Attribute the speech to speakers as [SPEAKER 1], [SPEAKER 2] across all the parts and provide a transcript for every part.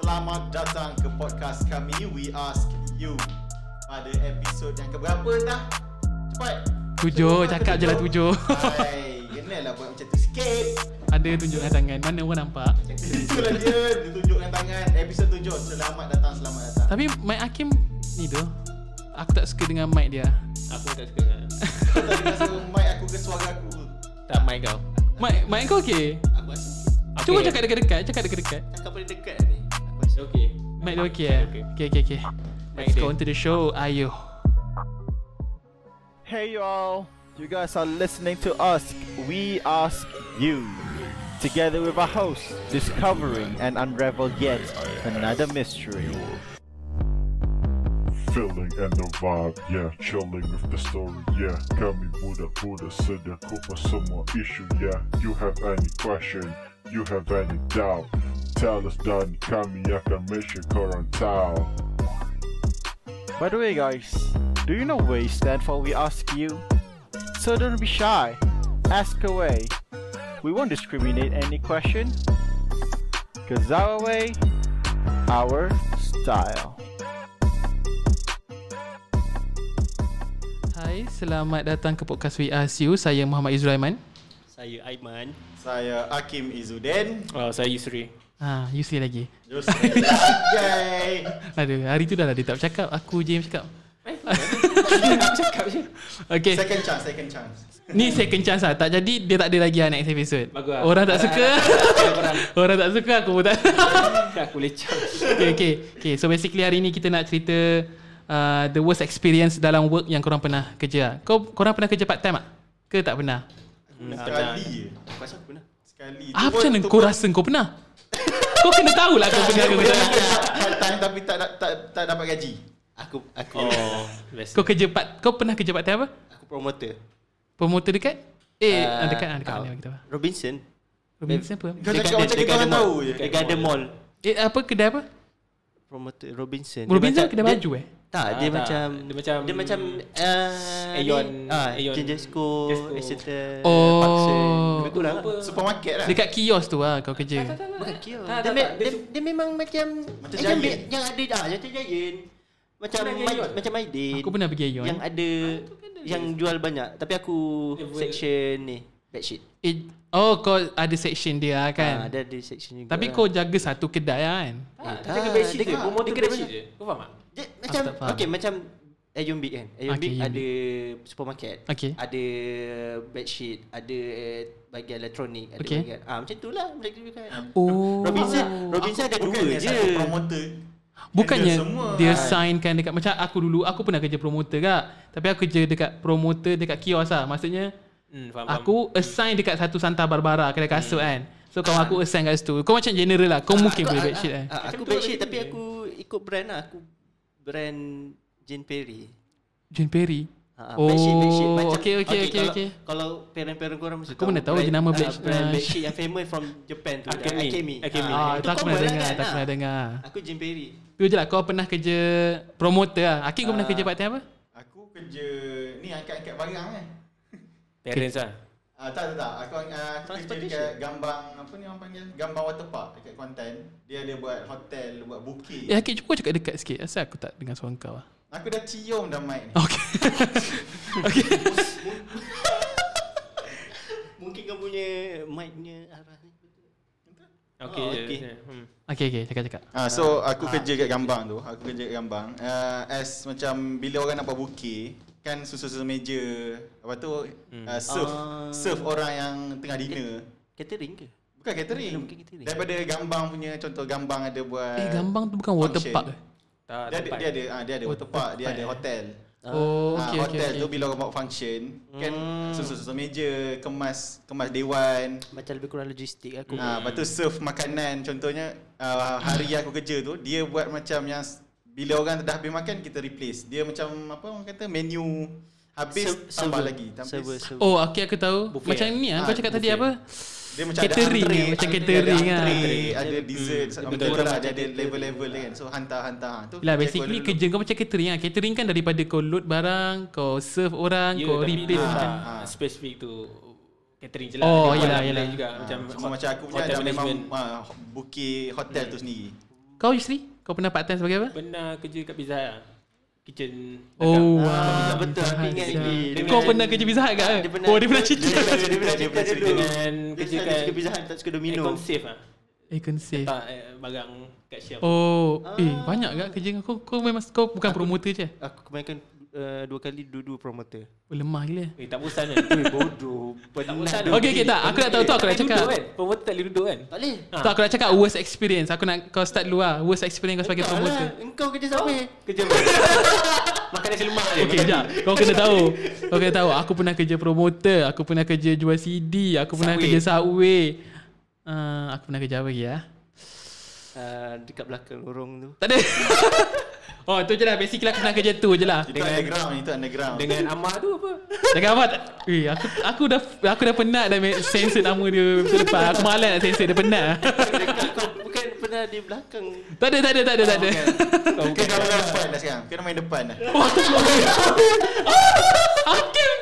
[SPEAKER 1] Selamat datang ke podcast kami We Ask You Pada episod yang keberapa dah? Cepat
[SPEAKER 2] Tujuh, cakap je lah tujuh.
[SPEAKER 1] Hai, kenalah buat macam tu sikit
[SPEAKER 2] Ada tunjukkan tangan Mana orang nampak
[SPEAKER 1] Itulah dia, dia tunjukkan tangan Episod tujuh, selamat datang, selamat datang
[SPEAKER 2] Tapi mic Hakim Ni tu Aku tak suka dengan mic dia
[SPEAKER 3] Aku tak suka dengan
[SPEAKER 1] Kau tak rasa mic aku ke suara aku
[SPEAKER 3] Tak mic kau
[SPEAKER 2] Mic, mic kau okey
[SPEAKER 1] Aku rasa
[SPEAKER 3] Okay.
[SPEAKER 2] Cuba cakap dekat-dekat Cakap dekat-dekat
[SPEAKER 3] Cakap pada dekat ni Aku rasa okey
[SPEAKER 2] Mic dia okey eh
[SPEAKER 3] Okey.
[SPEAKER 2] Okay okay okay
[SPEAKER 3] Mic
[SPEAKER 2] Let's
[SPEAKER 3] dia.
[SPEAKER 2] go on to the show Ayo
[SPEAKER 1] Hey you all, you guys are listening to us. We ask you. Together with our host, discovering and unravel yet another mystery.
[SPEAKER 4] Feeling and the vibe, yeah. Chilling with the story, yeah. Kami Buddha Buddha sedang kupas semua issue, yeah. You have any question, you have any doubt. Tell us dan kami akan make sure korang tahu.
[SPEAKER 5] By the way, guys, do you know what you stand for? We ask you. So don't be shy. Ask away. We won't discriminate any question. Cause our way, our style.
[SPEAKER 2] Hai, selamat datang ke podcast We Ask You Saya Muhammad Izraiman
[SPEAKER 3] Saya Aiman
[SPEAKER 1] Saya Hakim Izudin.
[SPEAKER 3] Oh saya Yusri
[SPEAKER 2] Ha, you see lagi
[SPEAKER 1] Just Yay.
[SPEAKER 2] Ada, hari tu dah lah dia tak bercakap Aku je yang bercakap
[SPEAKER 3] Cakap je
[SPEAKER 2] Okay
[SPEAKER 1] Second chance, second chance.
[SPEAKER 2] Ni second chance lah Tak jadi Dia tak ada lagi lah next episode
[SPEAKER 3] Bagus lah.
[SPEAKER 2] Orang tak suka
[SPEAKER 3] Korang
[SPEAKER 2] Orang tak suka Aku pun tak
[SPEAKER 3] Aku lecah
[SPEAKER 2] okay, okay Okay so basically hari ni Kita nak cerita uh, The worst experience Dalam work yang korang pernah kerja lah. Kau korang pernah kerja part time tak? Ke tak pernah?
[SPEAKER 1] Sekali je.
[SPEAKER 3] Pasal aku nak
[SPEAKER 1] Sekali.
[SPEAKER 2] Ah, macam mana kau rasa kau pernah? kau kena tahu lah kau pernah ke tak.
[SPEAKER 1] Part time tapi tak da- tak tak dapat gaji.
[SPEAKER 3] Aku Aku Oh Biasa
[SPEAKER 2] Kau kerja part Kau pernah kerja part time apa?
[SPEAKER 3] Aku promoter
[SPEAKER 2] Promoter dekat? Eh uh,
[SPEAKER 3] Ah,
[SPEAKER 2] dekat ah, dekat
[SPEAKER 3] ah,
[SPEAKER 2] mana kita apa?
[SPEAKER 3] Robinson
[SPEAKER 2] Robinson apa?
[SPEAKER 1] Kau cakap macam kita orang tahu je.
[SPEAKER 3] Dekat ada mall
[SPEAKER 2] Eh apa kedai apa?
[SPEAKER 3] Promoter Robinson Dia
[SPEAKER 2] Robinson
[SPEAKER 3] macam-
[SPEAKER 2] kedai
[SPEAKER 3] dia-
[SPEAKER 2] baju eh?
[SPEAKER 3] Tak
[SPEAKER 6] Ah,
[SPEAKER 3] dia
[SPEAKER 6] tak.
[SPEAKER 3] macam
[SPEAKER 6] Dia macam
[SPEAKER 3] Dia macam ah,
[SPEAKER 6] Aeon-
[SPEAKER 3] ni- ah,
[SPEAKER 6] Aeon-
[SPEAKER 3] Jesco
[SPEAKER 6] Jesco.
[SPEAKER 3] Exeter
[SPEAKER 2] Oh.
[SPEAKER 3] Parkson. Lebih kurang lah
[SPEAKER 6] Apa?
[SPEAKER 1] Supermarket lah.
[SPEAKER 2] Dekat kios tu lah kau kerja.
[SPEAKER 3] Bukan kio.
[SPEAKER 6] Tak,
[SPEAKER 3] Dia,
[SPEAKER 6] tak,
[SPEAKER 3] me-
[SPEAKER 6] tak.
[SPEAKER 3] dia,
[SPEAKER 6] Dia
[SPEAKER 3] dia, memang macam
[SPEAKER 1] Macam
[SPEAKER 3] macam
[SPEAKER 1] Giant.
[SPEAKER 3] bi- yang ada dah macam Giant. Macam
[SPEAKER 6] Pernah
[SPEAKER 3] Ma-
[SPEAKER 6] Giant?
[SPEAKER 3] macam Aidin.
[SPEAKER 2] Aku pernah pergi Aeon.
[SPEAKER 3] Yang ada
[SPEAKER 6] Ah, kan
[SPEAKER 3] yang jual banyak tapi aku section ni bed sheet.
[SPEAKER 2] Eh, oh kau ada section dia lah
[SPEAKER 3] Ha,
[SPEAKER 2] kan?
[SPEAKER 3] ada ada section juga.
[SPEAKER 2] Tapi
[SPEAKER 3] lah.
[SPEAKER 2] kau jaga satu kedai lah kan?
[SPEAKER 6] Tak,
[SPEAKER 3] tak,
[SPEAKER 6] Ah, dia kena bedsheet
[SPEAKER 3] dia
[SPEAKER 6] je.
[SPEAKER 3] kena-
[SPEAKER 6] Promoter
[SPEAKER 3] dia kena
[SPEAKER 6] bedsheet je. Kau faham tak?
[SPEAKER 3] dia, macam
[SPEAKER 2] tak faham.
[SPEAKER 3] okey macam Ayun Big kan. Ayun
[SPEAKER 2] Ah, Okay,
[SPEAKER 3] Big
[SPEAKER 2] Ayun
[SPEAKER 3] ada supermarket.
[SPEAKER 2] Okay.
[SPEAKER 3] Ada bed sheet, ada eh, bagian elektronik, ada
[SPEAKER 2] Okay.
[SPEAKER 3] bagian. Ah macam itulah macam tu kan.
[SPEAKER 2] Oh.
[SPEAKER 3] Robinson, Robinson ada dua
[SPEAKER 1] Bukan
[SPEAKER 3] je.
[SPEAKER 1] satu promoter.
[SPEAKER 2] Bukannya
[SPEAKER 1] Handle semua.
[SPEAKER 2] dia signkan dekat macam aku dulu aku pernah kerja promoter kak. Tapi aku kerja dekat promoter dekat kios lah. Maksudnya
[SPEAKER 6] Hmm, faham. faham.
[SPEAKER 2] aku assign dekat satu Santa Barbara kedai kasut kan. So kau aku assign kat situ. Kau macam general lah. Kau mungkin boleh bed sheet kan.
[SPEAKER 3] Ah, aku
[SPEAKER 6] Macam tu
[SPEAKER 3] bed
[SPEAKER 6] lah
[SPEAKER 3] sheet
[SPEAKER 6] macam
[SPEAKER 3] tapi
[SPEAKER 6] dia.
[SPEAKER 3] aku ikut brand lah. Aku brand Jean Perry.
[SPEAKER 2] Jane Perry.
[SPEAKER 3] Ha,
[SPEAKER 2] Oh,
[SPEAKER 3] bed sheet, bed sheet. Macam-
[SPEAKER 2] okay, okay, okay,
[SPEAKER 3] kalau,
[SPEAKER 2] okay.
[SPEAKER 3] Kalau parent-parent korang mesti
[SPEAKER 2] Aku mana tahu je nama bed
[SPEAKER 3] ah,
[SPEAKER 2] sheet,
[SPEAKER 3] brand
[SPEAKER 2] ah,
[SPEAKER 3] bed sheet yang famous from Japan tu.
[SPEAKER 6] Akemi.
[SPEAKER 3] yang Akemi.
[SPEAKER 6] Akemi.
[SPEAKER 3] Ah,
[SPEAKER 2] Ah,
[SPEAKER 3] itu
[SPEAKER 2] tu aku
[SPEAKER 3] common
[SPEAKER 2] pernah
[SPEAKER 3] lah
[SPEAKER 2] dengar,
[SPEAKER 3] kan,
[SPEAKER 2] tak
[SPEAKER 3] ah.
[SPEAKER 2] pernah dengar.
[SPEAKER 3] Aku Jean Perry.
[SPEAKER 2] Tu je lah kau pernah kerja promoter lah. Akhil kau
[SPEAKER 3] Ah.
[SPEAKER 2] pernah kerja part time apa?
[SPEAKER 1] Aku kerja ni angkat-angkat barang kan.
[SPEAKER 6] Parents lah.
[SPEAKER 1] Ah tak tak tak. Aku uh, aku kerja
[SPEAKER 3] Transportation.
[SPEAKER 1] dekat gambang apa ni orang panggil gambang water park dekat Kuantan. Dia ada buat hotel, buat booking.
[SPEAKER 2] Eh Akhil cuba cakap dekat sikit. Asal aku tak dengar suara kau lah.
[SPEAKER 1] Aku dah cium dah mic ni.
[SPEAKER 2] Okay.
[SPEAKER 3] Mungkin kau punya mic-nya arah ni.
[SPEAKER 6] Okay,
[SPEAKER 3] Oh,
[SPEAKER 6] je.
[SPEAKER 3] okay.
[SPEAKER 6] Hmm.
[SPEAKER 2] Okay, okay. Cakap-cakap.
[SPEAKER 1] Ah, so aku kerja kat Gambang tu. Aku kerja kat Gambang. Uh, as macam bila orang nak buat bukit, kan susun-susun meja. Lepas tu uh, serve
[SPEAKER 3] Ah.
[SPEAKER 1] serve orang yang tengah dinner.
[SPEAKER 3] Catering ke?
[SPEAKER 1] Bukan catering.
[SPEAKER 3] Bukan catering.
[SPEAKER 1] Daripada Gambang punya contoh Gambang ada buat
[SPEAKER 2] Eh Gambang tu bukan water
[SPEAKER 1] function.
[SPEAKER 2] park ke?
[SPEAKER 6] Tak,
[SPEAKER 1] Dia ada
[SPEAKER 6] tempat.
[SPEAKER 1] dia ada ah, dia ada water park, dia ada hotel.
[SPEAKER 2] Oh,
[SPEAKER 1] Ah,
[SPEAKER 2] okay, okay,
[SPEAKER 1] hotel
[SPEAKER 2] okay. Hmm.
[SPEAKER 1] tu bila orang buat function kan susun-susun meja, kemas kemas dewan.
[SPEAKER 3] Macam lebih kurang logistik aku.
[SPEAKER 1] Ah, lepas tu serve makanan contohnya ah, hari yang aku kerja tu dia buat macam yang s- bila orang dah habis makan kita replace. Dia macam apa orang kata menu habis
[SPEAKER 3] Ser-
[SPEAKER 1] tambah
[SPEAKER 3] server.
[SPEAKER 1] lagi. Tambah
[SPEAKER 3] Server, server.
[SPEAKER 2] Oh, okay aku tahu.
[SPEAKER 6] Buffet,
[SPEAKER 2] Macam
[SPEAKER 6] eh?
[SPEAKER 2] ni ah
[SPEAKER 1] Ah,
[SPEAKER 2] kau cakap tadi
[SPEAKER 6] buffet.
[SPEAKER 2] apa?
[SPEAKER 1] Dia macam
[SPEAKER 2] Catering,
[SPEAKER 1] ada
[SPEAKER 2] eh, macam
[SPEAKER 1] entree,
[SPEAKER 2] catering
[SPEAKER 1] ada
[SPEAKER 2] ah.
[SPEAKER 1] entree,
[SPEAKER 2] Catering.
[SPEAKER 1] ada dessert,
[SPEAKER 6] Dia
[SPEAKER 1] betul lah
[SPEAKER 6] betul-betul macam
[SPEAKER 1] dia ada
[SPEAKER 6] catering.
[SPEAKER 1] level-level dia kan. So hantar-hantar ah. tu.
[SPEAKER 2] Lah
[SPEAKER 1] kerja
[SPEAKER 2] basically
[SPEAKER 1] Kuala Lumpur.
[SPEAKER 2] kerja kau macam catering lah. Catering kan daripada kau load barang, kau serve orang,
[SPEAKER 6] Ya,
[SPEAKER 2] kau
[SPEAKER 6] tapi
[SPEAKER 2] replace
[SPEAKER 6] dia
[SPEAKER 2] macam.
[SPEAKER 6] tak
[SPEAKER 1] Ah.
[SPEAKER 6] Specific tu catering je lah.
[SPEAKER 2] Oh,
[SPEAKER 6] Dia
[SPEAKER 2] yelah,
[SPEAKER 6] buat
[SPEAKER 2] yelah.
[SPEAKER 6] Juga.
[SPEAKER 1] Ah,
[SPEAKER 6] Macam
[SPEAKER 1] cuma macam aku punya
[SPEAKER 6] hotel
[SPEAKER 1] dah memang
[SPEAKER 6] management.
[SPEAKER 1] ah, booking hotel tu sendiri.
[SPEAKER 2] Kau Yusri? Kau pernah part time sebagai apa?
[SPEAKER 6] Pernah kerja kat Pizza Hut lah. Kitchen
[SPEAKER 2] Oh, wow.
[SPEAKER 3] Ah, betul.
[SPEAKER 2] Pizza
[SPEAKER 3] Aku ingat
[SPEAKER 2] Hut,
[SPEAKER 3] lagi.
[SPEAKER 2] Pizza Hut.
[SPEAKER 3] Dia
[SPEAKER 2] Kau
[SPEAKER 3] pernah-
[SPEAKER 2] pernah kerja Pizza Hut ke?
[SPEAKER 3] Dia pernah-
[SPEAKER 2] Oh, dia pernah
[SPEAKER 3] dia-
[SPEAKER 2] cerita.
[SPEAKER 3] dia- dia- dia- dia-
[SPEAKER 6] Dia pernah cerita dengan
[SPEAKER 3] Dia
[SPEAKER 6] kan, kerja
[SPEAKER 3] tak
[SPEAKER 6] kat
[SPEAKER 3] suka Pizza Hut, tak suka Domino.
[SPEAKER 6] Aircon safe lah.
[SPEAKER 2] Eh, konsep.
[SPEAKER 6] Tak eh, barang kat shelf.
[SPEAKER 2] Oh, eh banyak gak kerja dengan kau. Kau memang kau bukan promoter je.
[SPEAKER 3] Aku kemainkan uh, dua kali dua-dua promoter.
[SPEAKER 2] Oh, lemah gila.
[SPEAKER 6] Eh tak bosan kan?
[SPEAKER 3] Bodoh.
[SPEAKER 6] Tak bosan
[SPEAKER 2] Okey, okey, tak. Aku nak tahu tu, aku nak
[SPEAKER 6] Tak boleh
[SPEAKER 2] cakap.
[SPEAKER 6] duduk kan? Promoter tak boleh duduk kan?
[SPEAKER 3] Tak boleh.
[SPEAKER 6] Ah.
[SPEAKER 2] Tak aku nak cakap worst experience. Aku nak kau start dulu lah. Worst experience kau sebagai
[SPEAKER 3] Tak lah.
[SPEAKER 2] promoter. Oh.
[SPEAKER 3] Engkau kerja sampai.
[SPEAKER 6] Kerja Makan nasi lemak je.
[SPEAKER 2] Okey, jap. Kau kena tahu. Kau kena tahu aku pernah kerja promoter, aku pernah kerja jual CD, aku pernah
[SPEAKER 6] Subway.
[SPEAKER 2] kerja subway. Uh, aku pernah kerja apa lagi ya?
[SPEAKER 3] Ah, dekat belakang lorong tu.
[SPEAKER 2] Tak ada. oh, tu je lah. Basically aku pernah kerja tu je lah.
[SPEAKER 5] Itu underground, itu underground.
[SPEAKER 6] Dengan Amar tu apa?
[SPEAKER 2] Cakap apa? tak- Eh, aku aku dah aku dah penat dah make- censor nama dia minggu lepas. Aku malas nak censor dia penat.
[SPEAKER 3] Dekat kau bukan pernah di belakang.
[SPEAKER 2] tak ada, tak ada, tak ada, tak ada.
[SPEAKER 6] Kau
[SPEAKER 5] Kau dah main depan dah sekarang. Kau dah main depan lah. dah.
[SPEAKER 2] Wah, tu belum. Akim.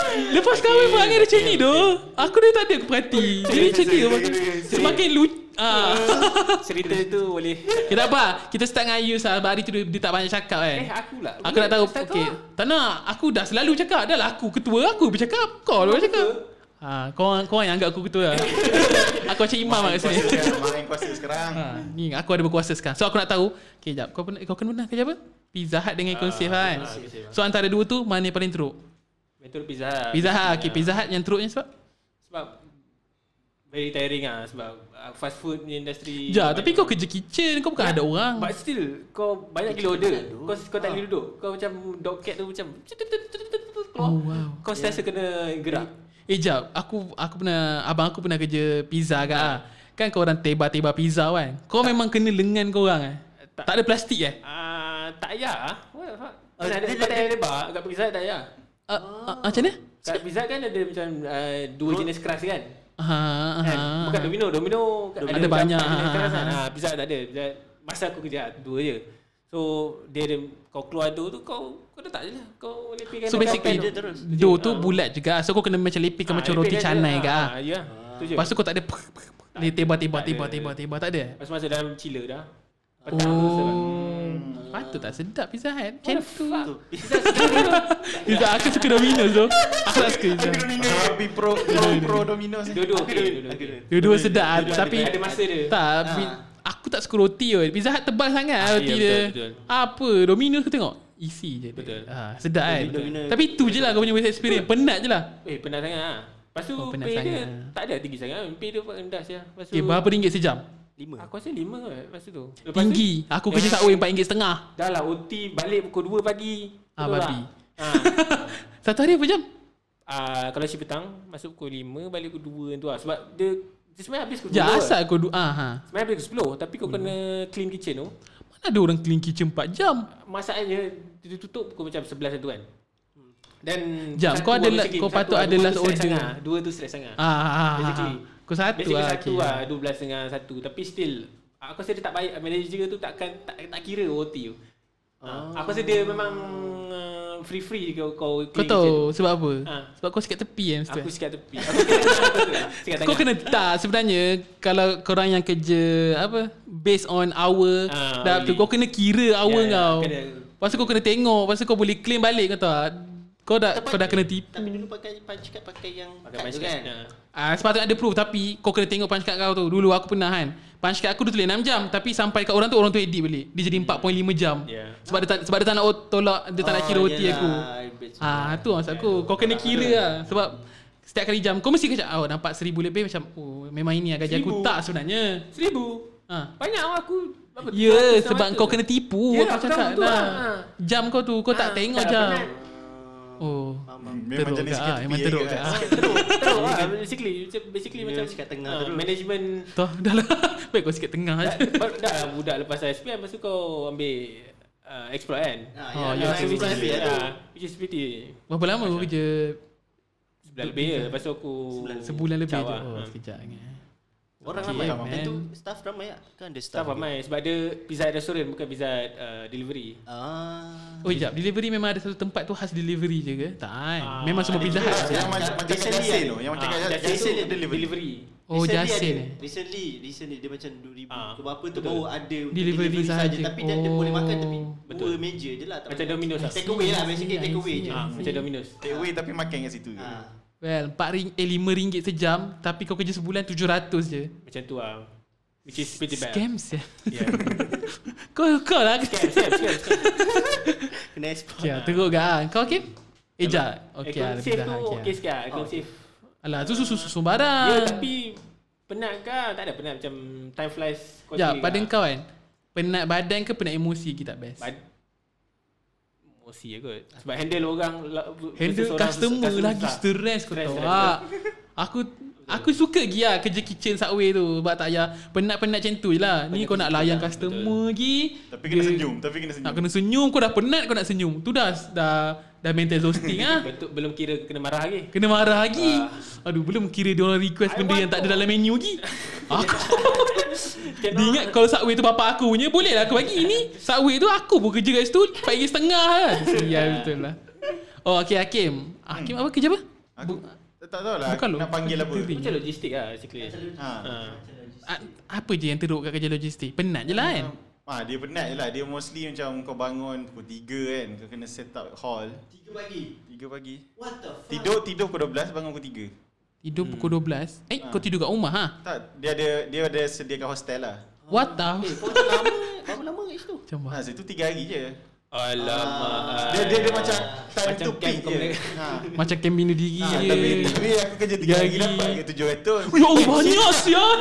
[SPEAKER 2] Lepas kahwin buat ni dia macam ni doh. Aku dah tak ada aku perhati. Dia macam ni doh. Semakin lu ah.
[SPEAKER 6] cerita tu boleh.
[SPEAKER 2] Okay, tak apa. Kita start dengan Ayus lah. Sebab hari tu dia, dia tak banyak cakap kan.
[SPEAKER 6] Eh aku lah.
[SPEAKER 2] Aku nak tahu okay. Tak nak Aku dah selalu cakap Dah lah aku ketua Aku bercakap Kau lah bercakap ha, kau, orang- kau orang yang anggap aku ketua lah. Aku macam imam lah kat sini
[SPEAKER 5] Main kuasa sekarang.
[SPEAKER 2] ha, Ni aku ada berkuasa sekarang So aku nak tahu Okay jap Kau pernah, kau kena pernah kerja apa? Pizza Hut dengan Icon Safe kan
[SPEAKER 6] Icon Safe.
[SPEAKER 2] So antara dua tu Mana yang paling teruk?
[SPEAKER 6] Betul Pizza Hut.
[SPEAKER 2] Ah, Pizza Hut okay, Pizza Hut yang teruknya sebab
[SPEAKER 6] Sebab very tiring ah sebab ah, fast food ni industri.
[SPEAKER 2] Ja, tapi kau kerja kitchen Kau bukan ada orang
[SPEAKER 6] But still kau banyak gila order. Kau kau tak boleh duduk. Kau macam dog cat tu macam keluar.
[SPEAKER 2] Oh, wow.
[SPEAKER 6] Kau sentiasa kena gerak.
[SPEAKER 2] Eh jap Aku aku pernah Abang aku pernah kerja pizza agak ah. Kan kau orang teba-teba pizza kan Kau memang kena lengan kau orang eh?
[SPEAKER 6] Tak.
[SPEAKER 2] tak. ada plastik eh?
[SPEAKER 6] Ah tak payah. ah. What the fuck?
[SPEAKER 3] Ah,
[SPEAKER 6] Mana ada
[SPEAKER 3] dia-
[SPEAKER 6] kau tak payah lebar kat Pizza Hut tak payah.
[SPEAKER 2] Ah, ah, ah, Macam mana?
[SPEAKER 6] Kat Pizza Hut kan ada macam ah, dua jenis keras kan?
[SPEAKER 2] Ha,
[SPEAKER 6] Kan?
[SPEAKER 2] ha.
[SPEAKER 6] Bukan Domino, Domino kat-
[SPEAKER 2] Ada
[SPEAKER 6] macam
[SPEAKER 2] banyak,
[SPEAKER 6] empat jenis
[SPEAKER 2] ah,
[SPEAKER 6] keras kan?
[SPEAKER 2] ah.
[SPEAKER 6] Ah, Pizza Hut tak ada. Pizza Hut- masa aku kerja dua je. So dia ada kau keluar tu tu kau kau letak je lah. Kau lepaskan
[SPEAKER 2] So basically Dough tu bulat juga ah. So kau kena macam
[SPEAKER 6] Ah,
[SPEAKER 2] lepikkan Macam roti canai ke ah.
[SPEAKER 6] Ya. Tu je.
[SPEAKER 2] Lepas tu kau tak ada puk, puk, puk. Dia teba-teba
[SPEAKER 6] tak ada.
[SPEAKER 2] teba-teba Tak ada eh?
[SPEAKER 6] Lepas masa dalam chiller dah. Petang tu sebab
[SPEAKER 2] Oh Patut tak sedap Pizza Hut Macam tu
[SPEAKER 6] Pizza Hut sendiri tu,
[SPEAKER 2] Pizza Hut, aku suka Domino's tu Aku tak suka Pizza Hut.
[SPEAKER 5] Tapi pro pro pro Domino's ni.
[SPEAKER 6] Dua-dua okey, dua-dua okey.
[SPEAKER 2] Dua-dua sedap ah,
[SPEAKER 6] Dua-dua
[SPEAKER 2] Tapi
[SPEAKER 6] ada masa dia.
[SPEAKER 2] Tak pi- Aku tak suka roti kot Pizza Hut tebal sangat ah,
[SPEAKER 6] Ah,
[SPEAKER 2] roti
[SPEAKER 6] ya,
[SPEAKER 2] dia
[SPEAKER 6] betul, betul.
[SPEAKER 2] Apa Domino's kau tengok Isi je dia.
[SPEAKER 6] Betul.
[SPEAKER 2] Ah, Sedap kan
[SPEAKER 3] Domino's.
[SPEAKER 2] Tapi tu je lah kau punya worst experience Penat je lah
[SPEAKER 6] Eh penat sangat ah. Lepas tu
[SPEAKER 2] Oh, penat
[SPEAKER 6] pay dia
[SPEAKER 2] sangat Eh, ah.
[SPEAKER 6] tak ada tinggi sangat. Pay dia pun rendah sia. Lepas tu
[SPEAKER 2] Okay berapa ringgit sejam
[SPEAKER 3] Lima.
[SPEAKER 6] Aku rasa lima kot masa tu. Lepas tu,
[SPEAKER 2] Tinggi Aku kerja subway RM4.5
[SPEAKER 6] Dah lah OT balik pukul 2 pagi.
[SPEAKER 2] Ah,
[SPEAKER 6] Betul
[SPEAKER 2] babi.
[SPEAKER 6] Lah.
[SPEAKER 2] Satu hari apa jam?
[SPEAKER 6] Ha. Ah, kalau shift petang masuk pukul 5 balik pukul 2 tu lah sebab dia, dia sebenarnya habis pukul 2.
[SPEAKER 2] Ya asal Hmm. kau duduk ah, ha.
[SPEAKER 6] Sebenarnya habis pukul 10 tapi kau kena clean kitchen tu.
[SPEAKER 2] Mana ada orang clean kitchen 4 jam
[SPEAKER 6] Masalahnya dia tutup pukul macam 11 satu kan. Dan
[SPEAKER 2] Jam,
[SPEAKER 6] satu
[SPEAKER 2] kau ada
[SPEAKER 6] baru
[SPEAKER 2] la-
[SPEAKER 6] check in.
[SPEAKER 2] kau
[SPEAKER 6] Satu
[SPEAKER 2] patut
[SPEAKER 6] lah,
[SPEAKER 2] ada
[SPEAKER 6] dua tu
[SPEAKER 2] last
[SPEAKER 6] stress
[SPEAKER 2] order.
[SPEAKER 6] sangat. Dua tu stress sangat.
[SPEAKER 2] ah, ah, ah, ah.
[SPEAKER 6] Basically.
[SPEAKER 2] Kau satu
[SPEAKER 6] Basically
[SPEAKER 2] lah
[SPEAKER 6] satu
[SPEAKER 2] okay.
[SPEAKER 6] lah 12 dengan satu Tapi still Aku rasa dia tak baik Manager tu takkan Tak, tak kira OT tu Ah, Aku rasa dia memang uh, Free-free kau Kau,
[SPEAKER 2] Kau
[SPEAKER 6] clean
[SPEAKER 2] tahu
[SPEAKER 6] kitchen
[SPEAKER 2] sebab apa?
[SPEAKER 6] Ha.
[SPEAKER 2] Sebab kau sikat tepi kan
[SPEAKER 6] tu. Aku
[SPEAKER 2] mesti.
[SPEAKER 6] sikat tepi Aku sikat tepi Sikat tangan
[SPEAKER 2] Kau kena tak sebenarnya kalau korang yang kerja apa based on hour
[SPEAKER 6] Ah,
[SPEAKER 2] dah tu kau
[SPEAKER 6] hourly.
[SPEAKER 2] kena kira hour
[SPEAKER 6] Ya, ya,
[SPEAKER 2] kau.
[SPEAKER 6] kena.
[SPEAKER 2] Lepas tu kau kena tengok, lepas tu kau boleh claim balik kau tahu. tak? Kau dah kau dah kena tipu.
[SPEAKER 3] Tapi dulu pakai punch card pakai yang
[SPEAKER 6] Pakai
[SPEAKER 3] card
[SPEAKER 6] punch
[SPEAKER 3] tu
[SPEAKER 6] card
[SPEAKER 3] kan.
[SPEAKER 6] Ah.
[SPEAKER 2] Ah sepatutnya ada proof tapi kau kena tengok punch card kau tu. Dulu aku pernah kan. Punch card aku dia tulis 6 jam tapi sampai kat orang tu orang tu edit balik. Dia
[SPEAKER 6] Hmm.
[SPEAKER 2] jadi 4.5 jam.
[SPEAKER 6] Yeah.
[SPEAKER 2] Sebab dia tak, sebab dia tak nak o- tolak dia
[SPEAKER 6] Ah,
[SPEAKER 2] tak nak kira
[SPEAKER 3] Oh,
[SPEAKER 2] OT
[SPEAKER 3] yelah.
[SPEAKER 2] aku.
[SPEAKER 3] Betul.
[SPEAKER 2] Ah tu maksud aku kau kena kira lah sebab setiap kali jam kau mesti kerja oh nampak 1000 lebih macam oh memang ini lah gaji aku
[SPEAKER 6] Seribu.
[SPEAKER 2] tak sebenarnya.
[SPEAKER 6] Seribu
[SPEAKER 2] Ha.
[SPEAKER 6] Banyak awak aku berapa?
[SPEAKER 2] Ya,
[SPEAKER 6] 300
[SPEAKER 2] sebab
[SPEAKER 6] sama
[SPEAKER 2] kau
[SPEAKER 6] tu.
[SPEAKER 2] kena tipu. aku
[SPEAKER 6] Ya, aku
[SPEAKER 2] cakap
[SPEAKER 6] tahu tu
[SPEAKER 2] lah.
[SPEAKER 6] lah. Ha.
[SPEAKER 2] Jam kau tu, kau tak
[SPEAKER 6] Ah,
[SPEAKER 2] tengok
[SPEAKER 6] tak
[SPEAKER 2] jam.
[SPEAKER 6] penat.
[SPEAKER 2] Oh.
[SPEAKER 5] Memang
[SPEAKER 2] Teruk
[SPEAKER 5] jenis
[SPEAKER 2] ke?
[SPEAKER 5] sikat
[SPEAKER 2] Ah,
[SPEAKER 5] tepi
[SPEAKER 2] memang
[SPEAKER 5] eh,
[SPEAKER 2] teruk
[SPEAKER 5] kan?
[SPEAKER 1] ya,
[SPEAKER 2] ke? Ah.
[SPEAKER 3] Teruk.
[SPEAKER 6] Teruk lah Basically Macam- Basically
[SPEAKER 3] Dia
[SPEAKER 6] macam
[SPEAKER 3] sikat tengah
[SPEAKER 6] ah,
[SPEAKER 3] terus.
[SPEAKER 6] Management
[SPEAKER 2] Toh, dah lah. Baik kau sikit tengah
[SPEAKER 6] dah,
[SPEAKER 2] aja.
[SPEAKER 6] dah lah budak lepas SPM Lepas tu kau ambil uh, Exploit kan
[SPEAKER 3] Ah,
[SPEAKER 2] Oh, ya,
[SPEAKER 3] ya, yang
[SPEAKER 6] Which
[SPEAKER 3] surprise
[SPEAKER 6] is-
[SPEAKER 3] dia tu.
[SPEAKER 6] ah, Which is pretty
[SPEAKER 2] Berapa lama kau kerja?
[SPEAKER 6] Sebulan lebih je Lepas tu aku
[SPEAKER 2] Sebulan lebih
[SPEAKER 6] caw
[SPEAKER 2] tu.
[SPEAKER 6] lah.
[SPEAKER 2] Oh,
[SPEAKER 6] Ha.
[SPEAKER 2] sekejap.
[SPEAKER 3] Orang
[SPEAKER 2] Okay,
[SPEAKER 3] ramai.
[SPEAKER 2] man.
[SPEAKER 3] Time tu staff ramai tak? Kan ada staff.
[SPEAKER 6] Tak ramai sebab dia pizza hut restoran bukan pizza hut, uh, delivery.
[SPEAKER 3] Ah.
[SPEAKER 2] Oh jap, delivery memang ada satu tempat tu khas delivery je ke? Tak kan. Memang semua pizza hut.
[SPEAKER 1] Yang macam macam kat
[SPEAKER 3] Recently
[SPEAKER 1] Yasin
[SPEAKER 3] kan?
[SPEAKER 1] tu, yang macam
[SPEAKER 6] Ah,
[SPEAKER 1] kat
[SPEAKER 6] Jasin
[SPEAKER 3] Jasin
[SPEAKER 6] tu
[SPEAKER 3] dia delivery.
[SPEAKER 6] delivery.
[SPEAKER 2] Oh
[SPEAKER 3] Recently
[SPEAKER 2] Jasin
[SPEAKER 3] ada.
[SPEAKER 2] eh.
[SPEAKER 3] Recently, recently dia macam 2000
[SPEAKER 6] Ah,
[SPEAKER 3] ke berapa tu
[SPEAKER 6] betul.
[SPEAKER 3] baru ada
[SPEAKER 2] Delivery Oh. sahaja.
[SPEAKER 3] Tapi dia, dia boleh makan tapi
[SPEAKER 6] Betul.
[SPEAKER 3] betul. dua meja je lah. tak
[SPEAKER 6] Macam
[SPEAKER 3] boleh-
[SPEAKER 6] Domino's lah.
[SPEAKER 3] Take away lah, basically
[SPEAKER 2] I
[SPEAKER 3] take away
[SPEAKER 2] see,
[SPEAKER 3] je.
[SPEAKER 6] Ah, macam Domino's.
[SPEAKER 1] Take away tapi makan kat situ je.
[SPEAKER 3] Ah.
[SPEAKER 2] Well, 4 ring, eh, 5 ringgit sejam tapi kau kerja sebulan 700 je.
[SPEAKER 6] Macam tu ah. Which is pretty bad.
[SPEAKER 2] Scam sia.
[SPEAKER 6] Yeah.
[SPEAKER 2] Kau kau lah
[SPEAKER 6] Scam, scam, scam. scam.
[SPEAKER 3] Kena export.
[SPEAKER 2] Okay, teruk ke ah. Kau Kim? Eh, jap. Okay,
[SPEAKER 6] Account
[SPEAKER 2] ada Oh,
[SPEAKER 6] safe
[SPEAKER 2] pizza
[SPEAKER 6] tu
[SPEAKER 2] hut.
[SPEAKER 6] okay
[SPEAKER 2] Okay.
[SPEAKER 6] sikit. ah. Account safe.
[SPEAKER 2] Alah, tu susu susu
[SPEAKER 6] Ya
[SPEAKER 2] barang.
[SPEAKER 6] tapi penat ke? Tak ada penat macam time flies. kau
[SPEAKER 2] Ya,
[SPEAKER 6] sendiri
[SPEAKER 2] pada
[SPEAKER 6] lah.
[SPEAKER 2] kau kan. Penat badan ke penat emosi kita best?
[SPEAKER 6] Bad Emosi je kot Sebab handle orang la- versus
[SPEAKER 2] Handle
[SPEAKER 6] orang
[SPEAKER 2] customer
[SPEAKER 6] susah-
[SPEAKER 2] lagi
[SPEAKER 6] susah.
[SPEAKER 2] stress kau
[SPEAKER 6] Stress
[SPEAKER 2] tahu Ah.
[SPEAKER 6] lagi.
[SPEAKER 2] tak. Aku aku suka lagi lah kerja kitchen subway tu sebab tak payah penat-penat macam tu je lah. Ni kau nak layan customer lagi.
[SPEAKER 1] Tapi kena
[SPEAKER 2] dia-
[SPEAKER 1] senyum, tapi kena senyum.
[SPEAKER 2] Nak kena senyum kau dah penat kau nak senyum. Tu dah dah dah mental exhausting ah.
[SPEAKER 6] Betul belum kira kena marah lagi
[SPEAKER 2] Kena marah lagi. Aduh belum kira dia orang request
[SPEAKER 6] Ah. I
[SPEAKER 2] benda
[SPEAKER 6] want
[SPEAKER 2] yang tak
[SPEAKER 6] to-
[SPEAKER 2] ada dalam menu lagi. Aku
[SPEAKER 6] Cannot.
[SPEAKER 2] dia ingat kalau subway tu bapak aku punya Boleh lah aku bagi Ini subway tu aku pun kerja kat situ RM4.50 kan Sial betul lah Oh okay Hakim Hakim
[SPEAKER 6] Hmm.
[SPEAKER 2] apa kerja apa?
[SPEAKER 1] Aku tak tahu lah
[SPEAKER 2] Bukan lo.
[SPEAKER 1] nak panggil apa.
[SPEAKER 2] Delivery.
[SPEAKER 6] Macam logistik lah basically
[SPEAKER 1] Ha.
[SPEAKER 6] ha.
[SPEAKER 2] A- apa je yang teruk kat kerja logistik? Penat je lah kan?
[SPEAKER 6] Hmm.
[SPEAKER 1] Ah, dia penat je lah. Dia mostly macam kau bangun pukul 3 kan. Kau kena set up hall.
[SPEAKER 3] 3 pagi.
[SPEAKER 1] 3 pagi.
[SPEAKER 3] What the fuck?
[SPEAKER 1] Tidur tidur pukul 12, bangun pukul 3.
[SPEAKER 2] Tidur
[SPEAKER 6] Hmm.
[SPEAKER 2] pukul 12
[SPEAKER 6] Ah.
[SPEAKER 2] Eh kau tidur kat rumah ha?
[SPEAKER 1] Tak, dia ada dia ada sediakan hostel lah.
[SPEAKER 2] What the
[SPEAKER 3] Eh, kau macam lama. Berapa lama kat situ?
[SPEAKER 2] Macam
[SPEAKER 1] Ha,
[SPEAKER 2] mana?
[SPEAKER 1] situ 3 hari je.
[SPEAKER 6] Ah. Alamak
[SPEAKER 1] Dia dia, dia macam time
[SPEAKER 6] Macam
[SPEAKER 1] to peak
[SPEAKER 6] camp kau
[SPEAKER 1] je.
[SPEAKER 6] boleh-
[SPEAKER 1] Ha.
[SPEAKER 2] Macam kem bina diri
[SPEAKER 6] Ah,
[SPEAKER 1] Ha,
[SPEAKER 2] je
[SPEAKER 1] tapi tapi aku kerja 3 hari
[SPEAKER 2] Tiga
[SPEAKER 1] dapat
[SPEAKER 2] hari.
[SPEAKER 1] ke 700.
[SPEAKER 2] Ya Allah banyak sial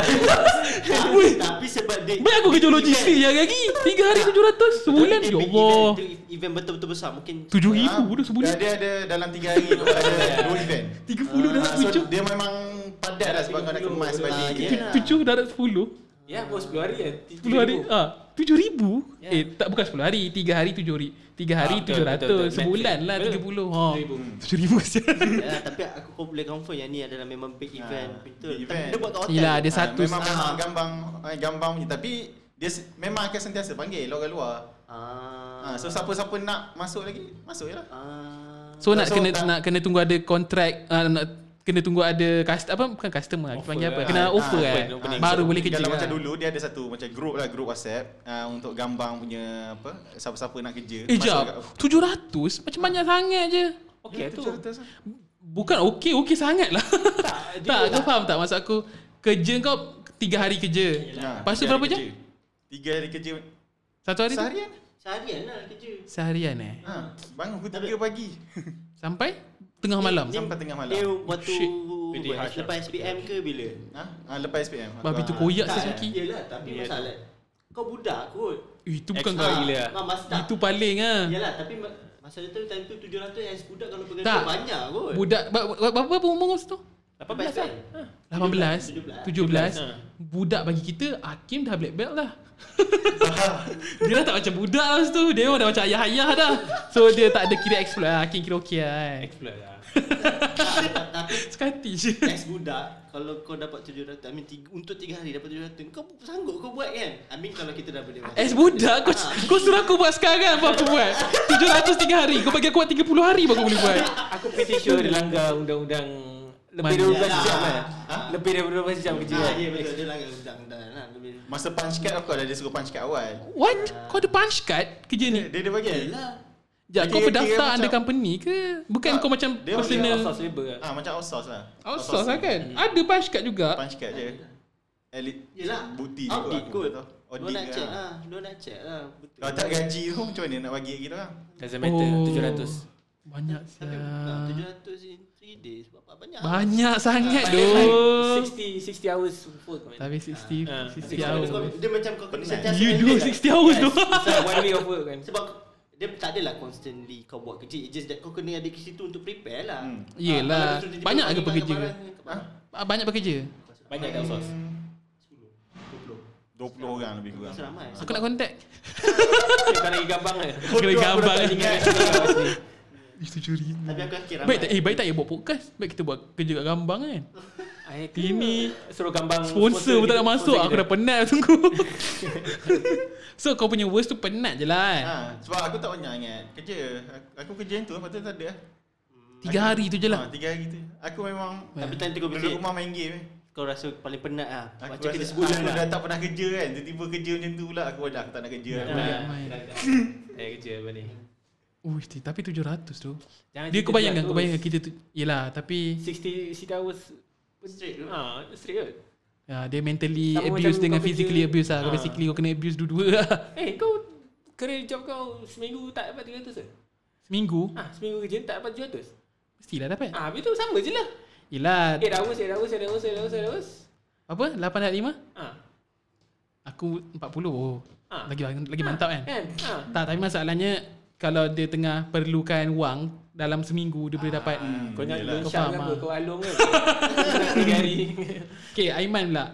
[SPEAKER 3] Tapi, tapi sebab dia...
[SPEAKER 2] Baik aku kerja logistik je lagi 3 hari 700 Sebulan
[SPEAKER 3] dia
[SPEAKER 2] Ya
[SPEAKER 3] big
[SPEAKER 2] Allah
[SPEAKER 3] event, tu Event betul-betul besar. Mungkin
[SPEAKER 2] 7,000
[SPEAKER 6] Ya.
[SPEAKER 2] dah
[SPEAKER 1] Ha? Dia
[SPEAKER 2] sebulan
[SPEAKER 1] ada ada dalam 3 hari tu ada dua event.
[SPEAKER 2] 30
[SPEAKER 6] Ah,
[SPEAKER 2] dah
[SPEAKER 1] Ha, so
[SPEAKER 2] tujuh
[SPEAKER 1] dia memang padat lah sebab kau nak kemas balik.
[SPEAKER 3] Ah,
[SPEAKER 1] je.
[SPEAKER 3] yeah.
[SPEAKER 2] Tujuh darat 10
[SPEAKER 6] Ya bos 10 hari kan
[SPEAKER 2] 10 hari ah 7000 eh tak bukan 10 hari 3 hari 7 hari 3 hari
[SPEAKER 6] Ya. Ah, betul, betul, betul.
[SPEAKER 2] 700 sebulan lah
[SPEAKER 6] Betul.
[SPEAKER 2] 30 ha
[SPEAKER 6] 7000.
[SPEAKER 2] 7000 sial
[SPEAKER 3] Ya, tapi aku kau boleh confirm yang ni adalah memang big
[SPEAKER 6] Ah,
[SPEAKER 3] event. Betul.
[SPEAKER 1] big
[SPEAKER 3] Tapi
[SPEAKER 1] event.
[SPEAKER 3] dia buat kat hotel.
[SPEAKER 2] Yelah
[SPEAKER 3] tu.
[SPEAKER 2] ada satu
[SPEAKER 1] Ha, memang memang gambar eh, gambar punya tapi dia se- memang akan sentiasa panggil orang luar.
[SPEAKER 3] Ah.
[SPEAKER 1] Ha, so siapa-siapa nak masuk lagi, masuk je lah.
[SPEAKER 3] Ah.
[SPEAKER 2] so nak
[SPEAKER 1] so,
[SPEAKER 2] kena
[SPEAKER 1] tak-
[SPEAKER 2] nak kena tunggu ada kontrak ah, nak kena tunggu ada customer apa bukan customer lah,
[SPEAKER 6] Offer
[SPEAKER 2] panggil apa
[SPEAKER 6] lah.
[SPEAKER 2] kena
[SPEAKER 6] Ah,
[SPEAKER 2] offer
[SPEAKER 6] open,
[SPEAKER 2] kan
[SPEAKER 6] opening.
[SPEAKER 2] baru
[SPEAKER 1] so,
[SPEAKER 2] boleh kerja
[SPEAKER 1] Kalau
[SPEAKER 2] lah.
[SPEAKER 1] macam dulu dia ada satu macam group lah, group WhatsApp uh, untuk gambar punya apa, siapa-siapa nak kerja.
[SPEAKER 2] eh
[SPEAKER 1] masuk
[SPEAKER 2] jap
[SPEAKER 1] kat-
[SPEAKER 2] 700 macam banyak sangat je Ya,
[SPEAKER 6] Okey tu
[SPEAKER 1] 700 lah.
[SPEAKER 2] bukan okey okey sangat lah tak,
[SPEAKER 6] dia-
[SPEAKER 2] kau faham tak maksud aku kerja kau 3 hari kerja
[SPEAKER 1] Ha,
[SPEAKER 2] lepas tu
[SPEAKER 1] tiga
[SPEAKER 2] berapa
[SPEAKER 1] hari
[SPEAKER 2] jam
[SPEAKER 1] kerja. Tiga hari kerja
[SPEAKER 2] satu hari tu?
[SPEAKER 1] seharian.
[SPEAKER 3] Seharian lah kerja.
[SPEAKER 2] seharian eh
[SPEAKER 1] Ha, bangun pukul 3 pagi
[SPEAKER 2] sampai tengah malam
[SPEAKER 1] sampai tengah malam.
[SPEAKER 3] Dia waktu
[SPEAKER 2] Shit.
[SPEAKER 6] Pretty harsh
[SPEAKER 3] lepas
[SPEAKER 6] lah.
[SPEAKER 3] SPM ke bila?
[SPEAKER 1] Ha? ha lepas SPM.
[SPEAKER 2] Babi tu
[SPEAKER 1] Ha,
[SPEAKER 2] koyak
[SPEAKER 3] Tak,
[SPEAKER 2] sejaki.
[SPEAKER 3] Yelah, tapi
[SPEAKER 6] Yeah.
[SPEAKER 3] masalah. Kau budak kot.
[SPEAKER 2] Eh, itu bukan
[SPEAKER 6] Extra
[SPEAKER 2] kau.
[SPEAKER 6] gila lah.
[SPEAKER 3] Mak masa tak.
[SPEAKER 2] Itu paling ah.
[SPEAKER 3] Yelah, tapi ma- masalah tu time tu 700 yang budak kalau pekerja
[SPEAKER 2] Tak.
[SPEAKER 3] banyak kot.
[SPEAKER 2] Budak ba- ba- berapa apa umur kau situ?
[SPEAKER 3] Lepas
[SPEAKER 6] 18 lah
[SPEAKER 3] SPM.
[SPEAKER 2] 18, 17.
[SPEAKER 3] 17.
[SPEAKER 2] Budak bagi kita Hakim dah black belt dah. dia dah tak macam budak lah tu. Dia memang dah macam ayah-ayah dah. So dia tak ada kira explore lah. Hakim kira okey lah. kan.
[SPEAKER 6] Explore lah
[SPEAKER 3] Tak, Tapi
[SPEAKER 2] Sekati je.
[SPEAKER 3] As budak Kalau kau dapat 700 I mean tiga, Untuk 3 hari dapat 700 Kau sanggup kau buat kan I mean kalau kita dah Ah, berdewasa
[SPEAKER 2] As budak kau, kau suruh aku buat sekarang apa aku buat 700 tiga hari Kau bagi aku buat 30 hari baru aku boleh buat
[SPEAKER 6] Aku pretty sure dia langgar undang-undang Lebih
[SPEAKER 2] Manja.
[SPEAKER 6] daripada 12 jam lah
[SPEAKER 1] Ha?
[SPEAKER 6] Lebih daripada 12 jam kerja
[SPEAKER 3] Ya
[SPEAKER 6] kan
[SPEAKER 3] dia betul Dia langgar undang-undang lah Lebih
[SPEAKER 1] Masa punch card aku ada dia suruh punch card awal.
[SPEAKER 2] What? Kau ada punch card kerja ni?
[SPEAKER 1] Dia dia bagi.
[SPEAKER 2] Sekejap kau
[SPEAKER 1] Kira-
[SPEAKER 2] berdaftar
[SPEAKER 1] kira
[SPEAKER 2] under
[SPEAKER 1] macam-
[SPEAKER 2] company ke? Bukan
[SPEAKER 1] Tak,
[SPEAKER 2] kau macam
[SPEAKER 1] dia
[SPEAKER 6] Dia
[SPEAKER 2] personal
[SPEAKER 6] outsource labor lah
[SPEAKER 1] Ah macam outsource lah.
[SPEAKER 2] Outsource lah kan? Ada punch card juga
[SPEAKER 1] Punch card je. Elite
[SPEAKER 3] Yelah
[SPEAKER 1] bukti je
[SPEAKER 3] Audit
[SPEAKER 1] aku
[SPEAKER 3] kot
[SPEAKER 1] tak tahu.
[SPEAKER 3] Dia
[SPEAKER 1] Audit
[SPEAKER 3] nak
[SPEAKER 1] ke,
[SPEAKER 3] check
[SPEAKER 1] ha.
[SPEAKER 3] lah Dia nak check lah Betul
[SPEAKER 1] Kalau tak gaji tu macam mana nak bagi lah? kita orang?
[SPEAKER 6] Doesn't matter
[SPEAKER 2] Oh.
[SPEAKER 6] 700
[SPEAKER 2] Banyak
[SPEAKER 3] Tapi budak
[SPEAKER 2] sial
[SPEAKER 3] 700 in 3 days Berapa banyak
[SPEAKER 2] Banyak sangat
[SPEAKER 6] But that's like
[SPEAKER 2] doh
[SPEAKER 6] 60 60 kan? hours full kan
[SPEAKER 2] Tapi 60
[SPEAKER 6] Ah,
[SPEAKER 2] 60
[SPEAKER 3] Dia-
[SPEAKER 2] hours
[SPEAKER 3] dia- dia macam kau kena sentiasa
[SPEAKER 2] You do
[SPEAKER 3] handle lah.
[SPEAKER 2] 60 hours
[SPEAKER 3] Yes.
[SPEAKER 2] doh
[SPEAKER 6] Sebab one way of work kan
[SPEAKER 3] Sebab dia tak adalah constantly kau buat kerja It's just that kau kena ada ke situ untuk prepare lah
[SPEAKER 1] Hmm.
[SPEAKER 3] Ah,
[SPEAKER 2] Yelah.
[SPEAKER 3] kalau tiba-tiba
[SPEAKER 2] Banyak
[SPEAKER 3] kau
[SPEAKER 2] ke
[SPEAKER 3] datang
[SPEAKER 2] pekerja?
[SPEAKER 3] kemarin, kemarin.
[SPEAKER 2] Ah, Banyak bekerja
[SPEAKER 6] Banyak kan, dah outsource
[SPEAKER 3] "Oh,
[SPEAKER 1] 20 orang lebih kurang.
[SPEAKER 3] Rasa ramai
[SPEAKER 2] Aku nak contact
[SPEAKER 6] Kau nak pergi gambang kan
[SPEAKER 2] Kena gambar
[SPEAKER 6] Tak ingat
[SPEAKER 2] Itu curi
[SPEAKER 3] Tapi aku akhir ramai
[SPEAKER 2] eh? Baik tak, eh baik tak ya buat podcast Baik kita buat kerja kat Gambang kan
[SPEAKER 6] I
[SPEAKER 2] Ini
[SPEAKER 6] suruh gambar
[SPEAKER 2] Sponsor pun tak nak
[SPEAKER 6] kita-
[SPEAKER 2] masuk
[SPEAKER 6] sponsor
[SPEAKER 2] Aku
[SPEAKER 6] kita.
[SPEAKER 2] dah penat tunggu So kau punya worst tu penat je lah kan
[SPEAKER 6] Ah,
[SPEAKER 1] Ha, sebab aku tak banyak ingat kerja. Aku, aku kerja yang tu lepas tu tak ada.
[SPEAKER 2] Tiga hari tu je
[SPEAKER 1] lah.
[SPEAKER 6] ah.
[SPEAKER 1] Ha,
[SPEAKER 2] lah
[SPEAKER 1] tiga hari tu. Aku memang
[SPEAKER 3] Tapi time tu kau
[SPEAKER 1] duduk
[SPEAKER 3] fikir
[SPEAKER 1] rumah main game. eh.
[SPEAKER 3] Kau rasa paling penat lah
[SPEAKER 1] Aku
[SPEAKER 3] Macam kena
[SPEAKER 1] rasa
[SPEAKER 3] sebulan
[SPEAKER 1] aku
[SPEAKER 3] lah
[SPEAKER 1] dah tak pernah kerja kan. Tiba-tiba kerja macam tu pula aku dah aku tak nak kerja.
[SPEAKER 6] Tak
[SPEAKER 1] Aku
[SPEAKER 6] boleh
[SPEAKER 1] dah-
[SPEAKER 6] main. Eh kerja apa ni
[SPEAKER 2] Ui, ti- tapi 700 tu
[SPEAKER 6] Jangan
[SPEAKER 2] Dia kau bayangkan Kau
[SPEAKER 6] 700.
[SPEAKER 2] bayangkan kita tu Yelah tapi
[SPEAKER 6] 60 60 hours
[SPEAKER 3] Straight tu.
[SPEAKER 6] Ah, straight kot
[SPEAKER 2] ya, Dia mentally
[SPEAKER 6] Sama
[SPEAKER 2] abuse Dengan
[SPEAKER 6] macam kau kerja-
[SPEAKER 2] physically abuse lah Kau
[SPEAKER 6] Ha.
[SPEAKER 2] basically kau kena abuse dua-dua lah
[SPEAKER 6] Eh kau kerja job kau seminggu tak dapat 300 ke?
[SPEAKER 2] Seminggu
[SPEAKER 6] Ah, seminggu kerja tak dapat 700.
[SPEAKER 2] Mestilah dapat
[SPEAKER 6] Ah, habis tu sama je lah.
[SPEAKER 2] Yelah
[SPEAKER 6] 8 hours, 8 hours, 8 hours, 8 hours, 8 hours.
[SPEAKER 2] Apa? 8.5?
[SPEAKER 6] Ah.
[SPEAKER 2] Aku 40 oh.
[SPEAKER 6] Ha.
[SPEAKER 2] Lagi lagi mantap kan
[SPEAKER 6] Kan? Ah.
[SPEAKER 2] Tak tapi masalahnya Kalau dia tengah perlukan wang Dalam seminggu dia
[SPEAKER 6] Ah.
[SPEAKER 2] boleh dapat
[SPEAKER 6] Kau nak
[SPEAKER 1] Yelah.
[SPEAKER 6] kau
[SPEAKER 2] Kau
[SPEAKER 6] syak
[SPEAKER 2] faham,
[SPEAKER 6] apa?
[SPEAKER 2] ah.
[SPEAKER 6] Kau alung kan? Tiga hari.
[SPEAKER 2] Okay Aiman pula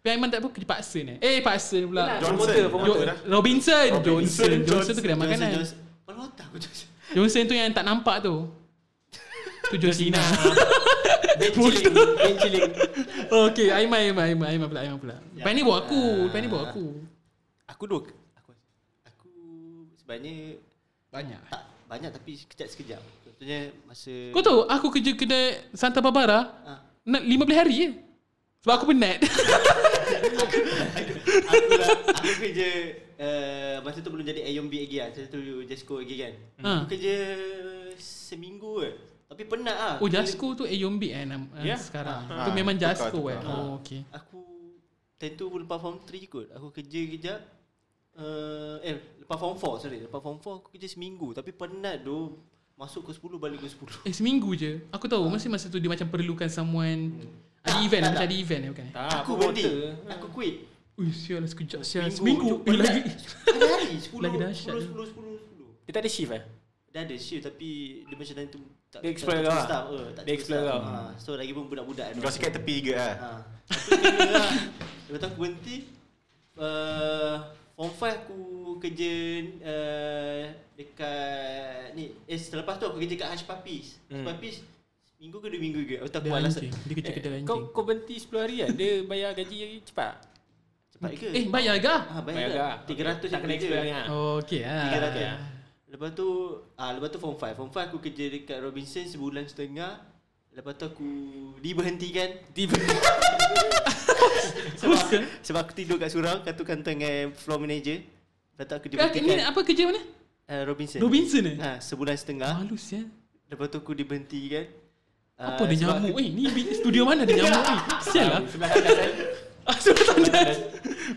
[SPEAKER 2] Tapi Aiman tak apa kerja paksa ni Eh paksa ni pula
[SPEAKER 6] Yelah.
[SPEAKER 1] Johnson.
[SPEAKER 6] Promoter, promoter
[SPEAKER 2] Jo-
[SPEAKER 1] Promoter dah.
[SPEAKER 2] lah. Robinson
[SPEAKER 1] Robinson,
[SPEAKER 2] Johnson Johnson
[SPEAKER 1] Johnson,
[SPEAKER 2] tu eh? kedai makanan Johnson,
[SPEAKER 3] Kepala otak aku tu
[SPEAKER 2] tu yang tak nampak tu Tu Josina
[SPEAKER 6] Bench chilling. Bench chilling.
[SPEAKER 2] Okay Aiman Aiman Aiman Aiman pula Aiman pula
[SPEAKER 6] Ya.
[SPEAKER 2] Lepas ni buat aku Lepas ni buat aku
[SPEAKER 3] Aku dua Aku Aku Sebenarnya
[SPEAKER 2] Banyak
[SPEAKER 3] Tak banyak tapi sekejap-sekejap Contohnya masa
[SPEAKER 2] Kau tahu aku kerja kedai Santa Barbara
[SPEAKER 6] Ha.
[SPEAKER 3] Ah.
[SPEAKER 2] Nak 15 hari je Sebab aku penat
[SPEAKER 3] aku lah aku kerja uh, masa tu belum jadi AMB lagi lah. Masa tu Jasko lagi kan.
[SPEAKER 2] Ha.
[SPEAKER 3] Aku kerja seminggu je. Tapi penat ah.
[SPEAKER 2] Oh Jasko tu Ayombi eh nam,
[SPEAKER 6] Ya.
[SPEAKER 2] yeah. sekarang.
[SPEAKER 1] Ah.
[SPEAKER 2] Tu
[SPEAKER 1] Ah,
[SPEAKER 2] memang
[SPEAKER 1] tukar,
[SPEAKER 2] Jasko
[SPEAKER 1] tukar.
[SPEAKER 2] eh. Oh okey.
[SPEAKER 3] Aku time tu lepas form 3 kot. Aku kerja kejap. Uh, eh lepas form 4 sorry. Lepas form 4 aku kerja seminggu tapi penat tu. Masuk ke 10 balik ke 10.
[SPEAKER 2] Eh seminggu je. Aku tahu mesti masa tu dia macam perlukan someone ada event lah,
[SPEAKER 3] Hmm. tak,
[SPEAKER 2] macam
[SPEAKER 3] tak.
[SPEAKER 2] ada event eh bukan eh.
[SPEAKER 6] Tak,
[SPEAKER 3] aku berhenti.
[SPEAKER 6] promoter.
[SPEAKER 3] Aku quit.
[SPEAKER 2] Ui sial sekejap sial
[SPEAKER 3] Seminggu,
[SPEAKER 2] seminggu eh, lagi.
[SPEAKER 3] Ada hari 10
[SPEAKER 2] Lagi
[SPEAKER 3] 10
[SPEAKER 2] dahsyat tu.
[SPEAKER 3] 10 10 10.
[SPEAKER 6] Dia tak ada shift eh?
[SPEAKER 3] Dah ada shift tapi dia macam time tu tak
[SPEAKER 6] Dia explore
[SPEAKER 3] tak
[SPEAKER 6] kau
[SPEAKER 3] cukup
[SPEAKER 6] lah.
[SPEAKER 3] staff, eh, tak
[SPEAKER 6] Dia
[SPEAKER 3] cukup
[SPEAKER 6] explore lah.
[SPEAKER 3] staff.
[SPEAKER 6] kau.
[SPEAKER 3] Ha, so lagi pun budak-budak tu.
[SPEAKER 1] Kau sikat tepi ke ah.
[SPEAKER 3] Ha. Aku kena lah. Lepas tu aku berhenti uh, form 5 aku kerja uh, dekat ni eh selepas tu aku kerja kat Hash Puppies.
[SPEAKER 6] Hmm.
[SPEAKER 3] Hmm. Papis minggu ke dua minggu ke. Aku tak
[SPEAKER 2] Dia
[SPEAKER 3] puas
[SPEAKER 2] anjing.
[SPEAKER 3] alasan.
[SPEAKER 2] Dia kerja kedai anjing.
[SPEAKER 6] Eh, Kau kau berhenti 10 hari kan? Dia bayar gaji cepat.
[SPEAKER 3] Cepat ke?
[SPEAKER 2] Eh bayar ke?
[SPEAKER 3] ha,
[SPEAKER 6] Bayar
[SPEAKER 3] bayar
[SPEAKER 6] ke?
[SPEAKER 3] tak? 300 aku
[SPEAKER 6] tak kena
[SPEAKER 3] kerja.
[SPEAKER 6] explain ah.
[SPEAKER 2] Oh okey
[SPEAKER 3] Tiga
[SPEAKER 2] ah.
[SPEAKER 3] ratus. lah kan? Lepas tu ah lepas tu form 5. Form 5 aku kerja dekat Robinson sebulan setengah. Lepas tu aku diberhentikan. Tiba sebab, sebab aku tidur kat surau katu-katu dengan floor manager. Lepas tu aku
[SPEAKER 2] Kau- Eh, Ni
[SPEAKER 3] diberhentikan
[SPEAKER 2] apa kerja mana?
[SPEAKER 3] uh, Robinson.
[SPEAKER 2] Robinson eh.
[SPEAKER 3] Ha, sebulan setengah.
[SPEAKER 2] Malu sial.
[SPEAKER 3] Lepas tu aku diberhentikan.
[SPEAKER 2] ya.
[SPEAKER 3] Ah,
[SPEAKER 2] Apa ada
[SPEAKER 3] sebab Ya.
[SPEAKER 2] nyamuk eh? Ni bi- studio mana ada nyamuk eh? Sial lah.
[SPEAKER 6] Sebelah kanan kan?
[SPEAKER 2] Ah, Surat tandas.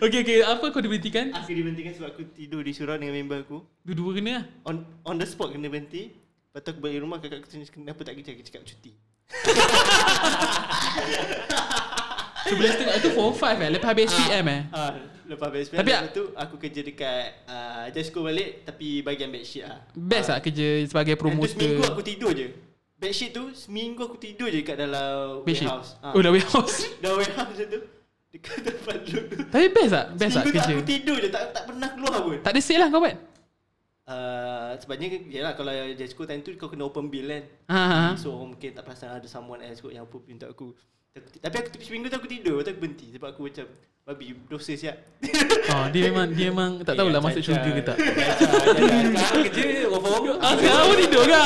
[SPEAKER 2] Okey okey apa kau diberhentikan?
[SPEAKER 3] Aku, aku diberhentikan sebab aku tidur di surau dengan member aku.
[SPEAKER 2] Dua-dua kena lah.
[SPEAKER 3] On on the spot kena berhenti. Lepas tu aku balik rumah kakak aku tanya kenapa tak kerja aku cakap cuti.
[SPEAKER 2] Sebelah setengah tu 4-5 eh. Lepas habis PM eh.
[SPEAKER 3] Ah, lepas basement
[SPEAKER 2] Tapi-
[SPEAKER 3] tapi lepas tu aku kerja dekat uh, Jasko balik tapi bahagian bedsheet ah.
[SPEAKER 2] Best lah kerja sebagai promoter.
[SPEAKER 3] Promoter. tu seminggu aku tidur je. Bedsheet tu seminggu aku tidur je kat dalam
[SPEAKER 2] Bedsheet.
[SPEAKER 3] warehouse. Ah.
[SPEAKER 2] Oh dah warehouse.
[SPEAKER 3] Dalam warehouse macam tu. Dekat tempat duduk tu.
[SPEAKER 2] Tapi best tak? Best tak
[SPEAKER 3] Seminggu tak
[SPEAKER 2] kerja?
[SPEAKER 3] aku tidur je tak tak pernah keluar pun.
[SPEAKER 2] Tak ada sale lah kau buat?
[SPEAKER 3] Uh, sebabnya yalah kalau Jasko time tu kau kena open bill kan.
[SPEAKER 2] Ha ha. ha.
[SPEAKER 3] So orang mungkin tak perasan ada someone else kot yang apa untuk aku. Aku ti- Tapi aku tu- seminggu tu aku tidur, lepas tu aku berhenti sebab aku macam babi dosa siap.
[SPEAKER 2] Oh, dia memang dia memang tak tahulah masuk syurga ke tak.
[SPEAKER 6] Sekarang kerja work from home.
[SPEAKER 2] Ah, sekarang pun tidur ke?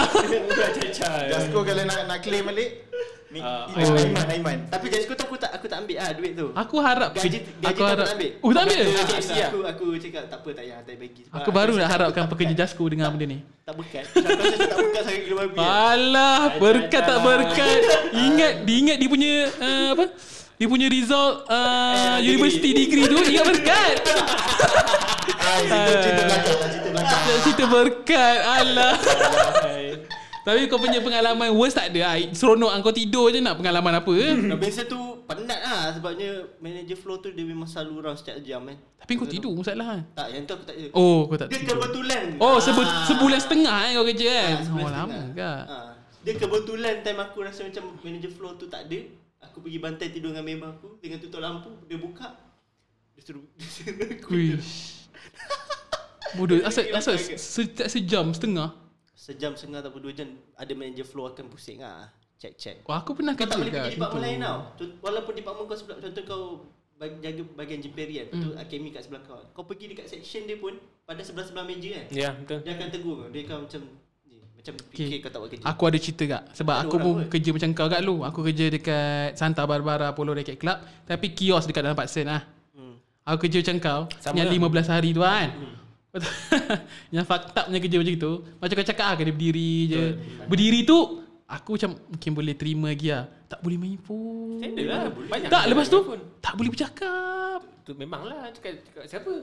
[SPEAKER 1] Jasko kalau nak nak claim balik ni
[SPEAKER 6] Ah,
[SPEAKER 1] Iman Iman Iman.
[SPEAKER 3] Tapi Jasko tu aku tak aku tak ambil ah duit tu.
[SPEAKER 2] Aku harap
[SPEAKER 3] Gaji, gaji
[SPEAKER 2] aku
[SPEAKER 3] kau
[SPEAKER 2] harap.
[SPEAKER 3] tak ambil
[SPEAKER 2] Oh, tak ambil.
[SPEAKER 3] Aku,
[SPEAKER 6] Ah, siap.
[SPEAKER 3] aku, aku cakap tak apa tak payah tak bagi Sebab
[SPEAKER 2] Aku baru
[SPEAKER 3] rasa
[SPEAKER 2] nak
[SPEAKER 3] tak-
[SPEAKER 2] harapkan
[SPEAKER 3] tak
[SPEAKER 2] pekerja
[SPEAKER 3] bekat.
[SPEAKER 2] Jasko dengan benda ni.
[SPEAKER 3] Tak bekat Aku rasa tak bekat sangat gila babi kan.
[SPEAKER 2] Alah, berkat tak berkat. Ingat diingat dia punya uh, apa? Dia punya result uh,
[SPEAKER 6] Eh,
[SPEAKER 2] university degree tu ingat berkat.
[SPEAKER 1] Ah, itu cerita belakang, lah, cerita belakang.
[SPEAKER 2] Cerita berkat. Alah. Tapi kau punya pengalaman worst tak ada lah. Seronok lah. kau tidur je nak pengalaman apa eh?
[SPEAKER 3] Biasa tu penat lah Sebabnya manager flow tu Dia memang selalu round setiap jam kan
[SPEAKER 2] Tapi kau tidur masalah.
[SPEAKER 3] Tak yang tu aku tak ada
[SPEAKER 2] Oh kau tak
[SPEAKER 3] Dia
[SPEAKER 2] tidur.
[SPEAKER 3] kebetulan
[SPEAKER 2] Oh
[SPEAKER 3] Ah,
[SPEAKER 2] sebu- sebulan setengah eh kau kerja kan.
[SPEAKER 3] ah, sebulan
[SPEAKER 2] oh
[SPEAKER 3] setengah.
[SPEAKER 2] lama kak.
[SPEAKER 3] Ah, Dia kebetulan time aku rasa macam Manager flow tu tak ada Aku pergi bantai tidur dengan member aku Dengan tutup lampu Dia buka Dia suruh Dia suruh aku tidur.
[SPEAKER 2] Kuish. Bodoh asal asal se- setiap sejam setengah.
[SPEAKER 3] Sejam setengah ataupun dua jam Ada manager flow akan pusing lah check check.
[SPEAKER 2] Oh, aku pernah
[SPEAKER 3] Kau
[SPEAKER 2] kerja
[SPEAKER 3] tak boleh pergi
[SPEAKER 2] kat
[SPEAKER 3] department lain
[SPEAKER 2] situ.
[SPEAKER 3] tau. Tu- Walaupun department kau sebelah contoh kau bag- jaga bahagian jemperi kan. Tu
[SPEAKER 2] Hmm.
[SPEAKER 3] akademi kat sebelah kau. Kau pergi dekat section dia pun pada sebelah-sebelah meja kan.
[SPEAKER 6] Ya, betul.
[SPEAKER 3] Dia akan tegur kau. Dia akan macam ni, macam fikir kau tak buat kerja.
[SPEAKER 2] Aku ada cerita kak Sebab
[SPEAKER 3] Ada
[SPEAKER 2] aku
[SPEAKER 3] orang
[SPEAKER 2] pun
[SPEAKER 3] kot.
[SPEAKER 2] kerja macam kau kat lu Aku kerja dekat Santa Barbara Polo Racket Club Tapi kios dekat dalam Paksen lah Aku kerja macam kau
[SPEAKER 6] Hmm. Sama
[SPEAKER 2] Yang
[SPEAKER 6] lah. Hmm.
[SPEAKER 2] 15 hari tu kan Yang fucked up punya kerja macam tu Macam kau cakap lah Kena berdiri je Berdiri tu Aku macam Mungkin boleh terima lagi lah Tak boleh main phone
[SPEAKER 6] Standard lah. Banyak
[SPEAKER 2] Tak
[SPEAKER 6] yang
[SPEAKER 2] lepas tu
[SPEAKER 6] main phone.
[SPEAKER 2] Tak boleh bercakap
[SPEAKER 6] Tu memanglah cakap, cakap siapa?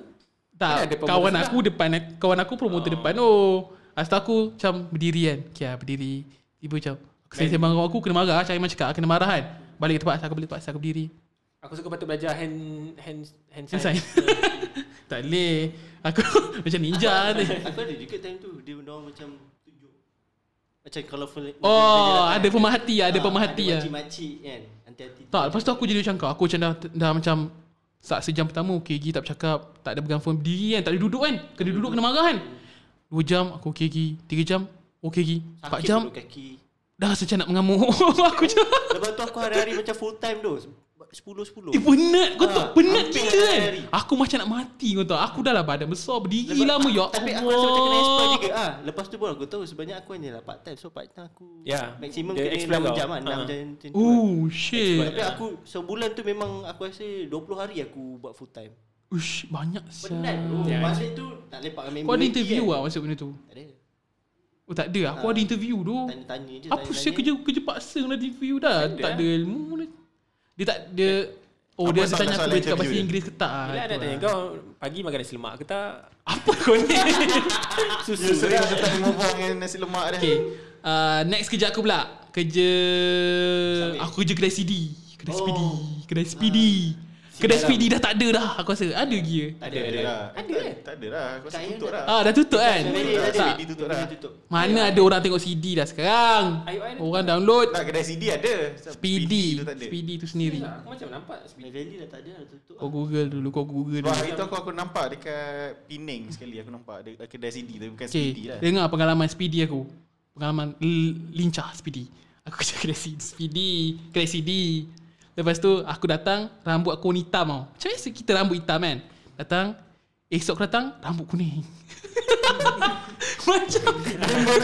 [SPEAKER 2] tak,
[SPEAKER 6] Kan ada promoter
[SPEAKER 2] kawan
[SPEAKER 6] sebelah.
[SPEAKER 2] aku depan kawan aku promoter depan. Oh. Lepas tu aku macam berdiri kan. Okay, lah, berdiri. Tiba macam aku saya sembang dengan aku kena marah, saya memang cakap kena marah kan. Balik ke tempat asal aku balik tempat asal aku berdiri.
[SPEAKER 6] Aku suka patut belajar hand hand hand
[SPEAKER 2] Hand sign.
[SPEAKER 6] sign.
[SPEAKER 2] tak boleh. Aku macam ninja ni.
[SPEAKER 3] Aku ada juga time tu dia orang macam tunjuk macam kalau phone
[SPEAKER 2] Oh, ada pemerhati ada pemerhati ah.
[SPEAKER 3] kan? Ada makcik-makcik kan. Hati-hati.
[SPEAKER 2] Tak, lepas tu aku jadi macam kau. Aku macam dah, dah macam saat sejam pertama okey gigi tak bercakap, tak ada pegang phone berdiri kan, tak ada duduk kan. Kena duduk kena marah kan. Dua jam aku okey gigi, tiga jam okey gigi, empat
[SPEAKER 3] Sakit
[SPEAKER 2] jam
[SPEAKER 3] perut kaki.
[SPEAKER 2] dah rasa macam nak mengamuk. aku macam
[SPEAKER 3] Lepas tu aku hari-hari macam full time tu. 10 10.
[SPEAKER 2] Eh penat kau tahu
[SPEAKER 3] Ah,
[SPEAKER 2] penat
[SPEAKER 3] hampir
[SPEAKER 2] gila kan.
[SPEAKER 3] hari-hari.
[SPEAKER 2] Aku macam nak mati kau tahu. Aku dah lah badan besar berdiri lama ya.
[SPEAKER 3] Tapi aku
[SPEAKER 2] Allah.
[SPEAKER 3] rasa macam kena explore juga ah. Lepas tu baru aku tahu sebenarnya aku hanya lah part time. So part time aku
[SPEAKER 6] Ya.
[SPEAKER 3] maksimum
[SPEAKER 6] Dia explore
[SPEAKER 3] kena 6
[SPEAKER 6] kau.
[SPEAKER 3] jam ah, 6
[SPEAKER 6] Ha.
[SPEAKER 3] jam macam tu. lah.
[SPEAKER 2] Oh shit.
[SPEAKER 3] Tapi aku sebulan tu memang aku rasa 20 hari aku buat full time.
[SPEAKER 2] Ush banyak sial.
[SPEAKER 3] Penat tu.
[SPEAKER 6] Ya.
[SPEAKER 3] Balik tu tak lepak dengan member.
[SPEAKER 2] Kau ada
[SPEAKER 3] lagi
[SPEAKER 2] interview
[SPEAKER 3] kan.
[SPEAKER 2] ah masa benda tu?
[SPEAKER 3] Tak ada.
[SPEAKER 2] Oh tak ada. Aku
[SPEAKER 3] Ah.
[SPEAKER 2] ada interview tu.
[SPEAKER 3] Tanya-tanya je. eh.
[SPEAKER 2] Apa
[SPEAKER 3] tanya-tanya.
[SPEAKER 2] sih kerja kerja paksa kena interview dah.
[SPEAKER 6] Standard,
[SPEAKER 2] Tak ada ilmu ni. Dia tak dia Oh
[SPEAKER 1] Apa
[SPEAKER 2] dia
[SPEAKER 1] soalan-
[SPEAKER 2] ada tanya aku
[SPEAKER 1] soalan
[SPEAKER 2] boleh cakap
[SPEAKER 1] interview
[SPEAKER 2] bahasa
[SPEAKER 1] dia?
[SPEAKER 2] Inggeris ke tak ah.
[SPEAKER 6] Bila ada
[SPEAKER 2] tu
[SPEAKER 6] tanya
[SPEAKER 2] lah.
[SPEAKER 6] kau pagi makan nasi lemak ke tak?
[SPEAKER 2] Apa kau ni?
[SPEAKER 1] You sering tetap move on dengan nasi lemak dia.
[SPEAKER 2] Okay. Uh, next kerja aku pula. Kerja aku kerja kedai CD. Kedai oh. speedy, kedai speedy. kedai speedy dah tak ada dah aku rasa. Ada lagi.
[SPEAKER 1] Tak
[SPEAKER 3] Tak
[SPEAKER 1] ada lah.
[SPEAKER 6] Ada
[SPEAKER 1] Tak-
[SPEAKER 6] eh?
[SPEAKER 1] Tak ada lah. Aku rasa
[SPEAKER 3] Kaya
[SPEAKER 1] tutup
[SPEAKER 3] tak?
[SPEAKER 1] lah.
[SPEAKER 2] Ah dah tutup kan?
[SPEAKER 3] Tak ada. lah,
[SPEAKER 2] Tak.
[SPEAKER 1] Speedy tutup dah.
[SPEAKER 3] Tutup.
[SPEAKER 2] Mana ada orang tengok CD dah sekarang?
[SPEAKER 6] IOI dah
[SPEAKER 2] Orang download
[SPEAKER 1] Tak, kedai CD ada.
[SPEAKER 2] Speedy,
[SPEAKER 1] tu tak ada.
[SPEAKER 2] Speedy tu sendiri.
[SPEAKER 6] Aku macam nampak
[SPEAKER 3] My Valley dah tak ada dah tutup.
[SPEAKER 2] Kau Google dulu, kau Google
[SPEAKER 1] Sebab
[SPEAKER 2] dulu.
[SPEAKER 1] hari tu aku, aku nampak dekat Penang sekali aku nampak ada ada kedai CD tapi bukan CD
[SPEAKER 2] Okay,
[SPEAKER 1] lah.
[SPEAKER 2] dengar pengalaman Speedy aku. Pengalaman l- lincah Speedy. Aku kerja kedai CD, Speedy, kedai CD. Lepas tu aku datang, rambut aku warna hitam tau. Macam biasa kita rambut hitam kan? Datang, esok aku datang, rambut kuning. macam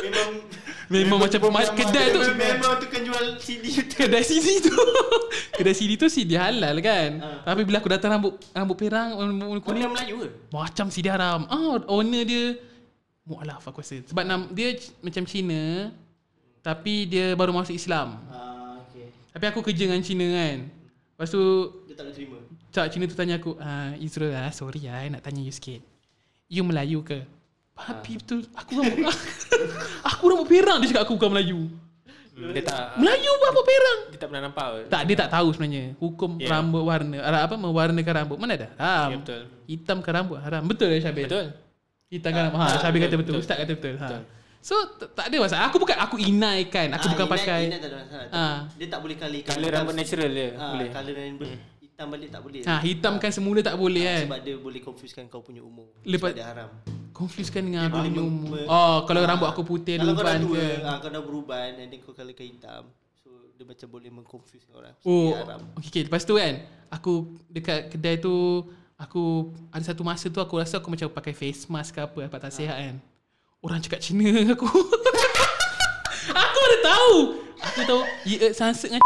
[SPEAKER 3] Memang
[SPEAKER 2] memang macam pemain kedai tu
[SPEAKER 3] memang- memang tu kan jual CD tu.
[SPEAKER 2] kedai CD tu kedai CD tu CD halal kan tapi bila aku datang rambut rambut perang rambut warna kuning
[SPEAKER 3] Orang Melayu ke?
[SPEAKER 2] Macam CD haram. Ah, owner dia mualaf aku rasa. Sebab nam, dia c- macam Cina tapi dia baru masuk Islam.
[SPEAKER 3] Ah, okay.
[SPEAKER 2] Tapi aku kerja dengan Cina kan. Lepas tu
[SPEAKER 3] Dia tak nak terima.
[SPEAKER 2] cak Cina tu tanya aku, ah, Israel lah, sorry lah, I nak tanya you sikit. You Melayu ke? Papi betul. Aku rambut Aku rambut perang dia cakap aku bukan Melayu.
[SPEAKER 6] Hmm. dia tak
[SPEAKER 2] Melayu apa perang?
[SPEAKER 6] dia tak pernah nampak.
[SPEAKER 2] Tak, dia tak tahu sebenarnya. Hukum
[SPEAKER 6] Ya.
[SPEAKER 2] rambut warna, apa mewarnakan rambut. Mana ada? Haram.
[SPEAKER 6] Ya, betul.
[SPEAKER 2] Hitamkan rambut haram. Betul ya Syabil?
[SPEAKER 6] Betul.
[SPEAKER 2] Hitam kan ha, Syabi kata betul, Ustaz kata betul. Ha. So t- tak ada masalah. Aku bukan aku inaikan. Aku
[SPEAKER 3] Ah,
[SPEAKER 2] bukan
[SPEAKER 3] Inai-
[SPEAKER 2] pakai.
[SPEAKER 3] Inai tak ada masalah.
[SPEAKER 2] Ah.
[SPEAKER 3] Dia tak boleh kali
[SPEAKER 6] Color rambut natural dia boleh. Hmm.
[SPEAKER 3] boleh. Color rambut hitam balik tak boleh.
[SPEAKER 2] Ha, hitamkan semula tak boleh kan.
[SPEAKER 3] Ah, Sebab dia boleh confusekan kau punya umur.
[SPEAKER 2] Lepas-
[SPEAKER 3] Sebab dia haram.
[SPEAKER 2] Confusekan kan dengan
[SPEAKER 3] Dia
[SPEAKER 2] apa
[SPEAKER 3] boleh
[SPEAKER 2] ni
[SPEAKER 3] mem-
[SPEAKER 2] umur.
[SPEAKER 3] me-
[SPEAKER 2] Oh, kalau
[SPEAKER 3] Ah,
[SPEAKER 2] rambut aku putih ada
[SPEAKER 3] Kalau kau dah
[SPEAKER 2] uban
[SPEAKER 3] tua,
[SPEAKER 2] ke.
[SPEAKER 3] ah, kau dah beruban and then kau colorkan hitam. So dia macam boleh mengconfusekan orang. So,
[SPEAKER 2] Oh,
[SPEAKER 3] dia haram.
[SPEAKER 2] okay, okay. Lepas tu kan, aku dekat kedai tu aku ada satu masa tu aku rasa aku macam pakai face mask ke apa, dapat tak sihat kan. Orang cakap Cina dengan aku. aku ada tahu. Aku tahu ye eh, sunset dengan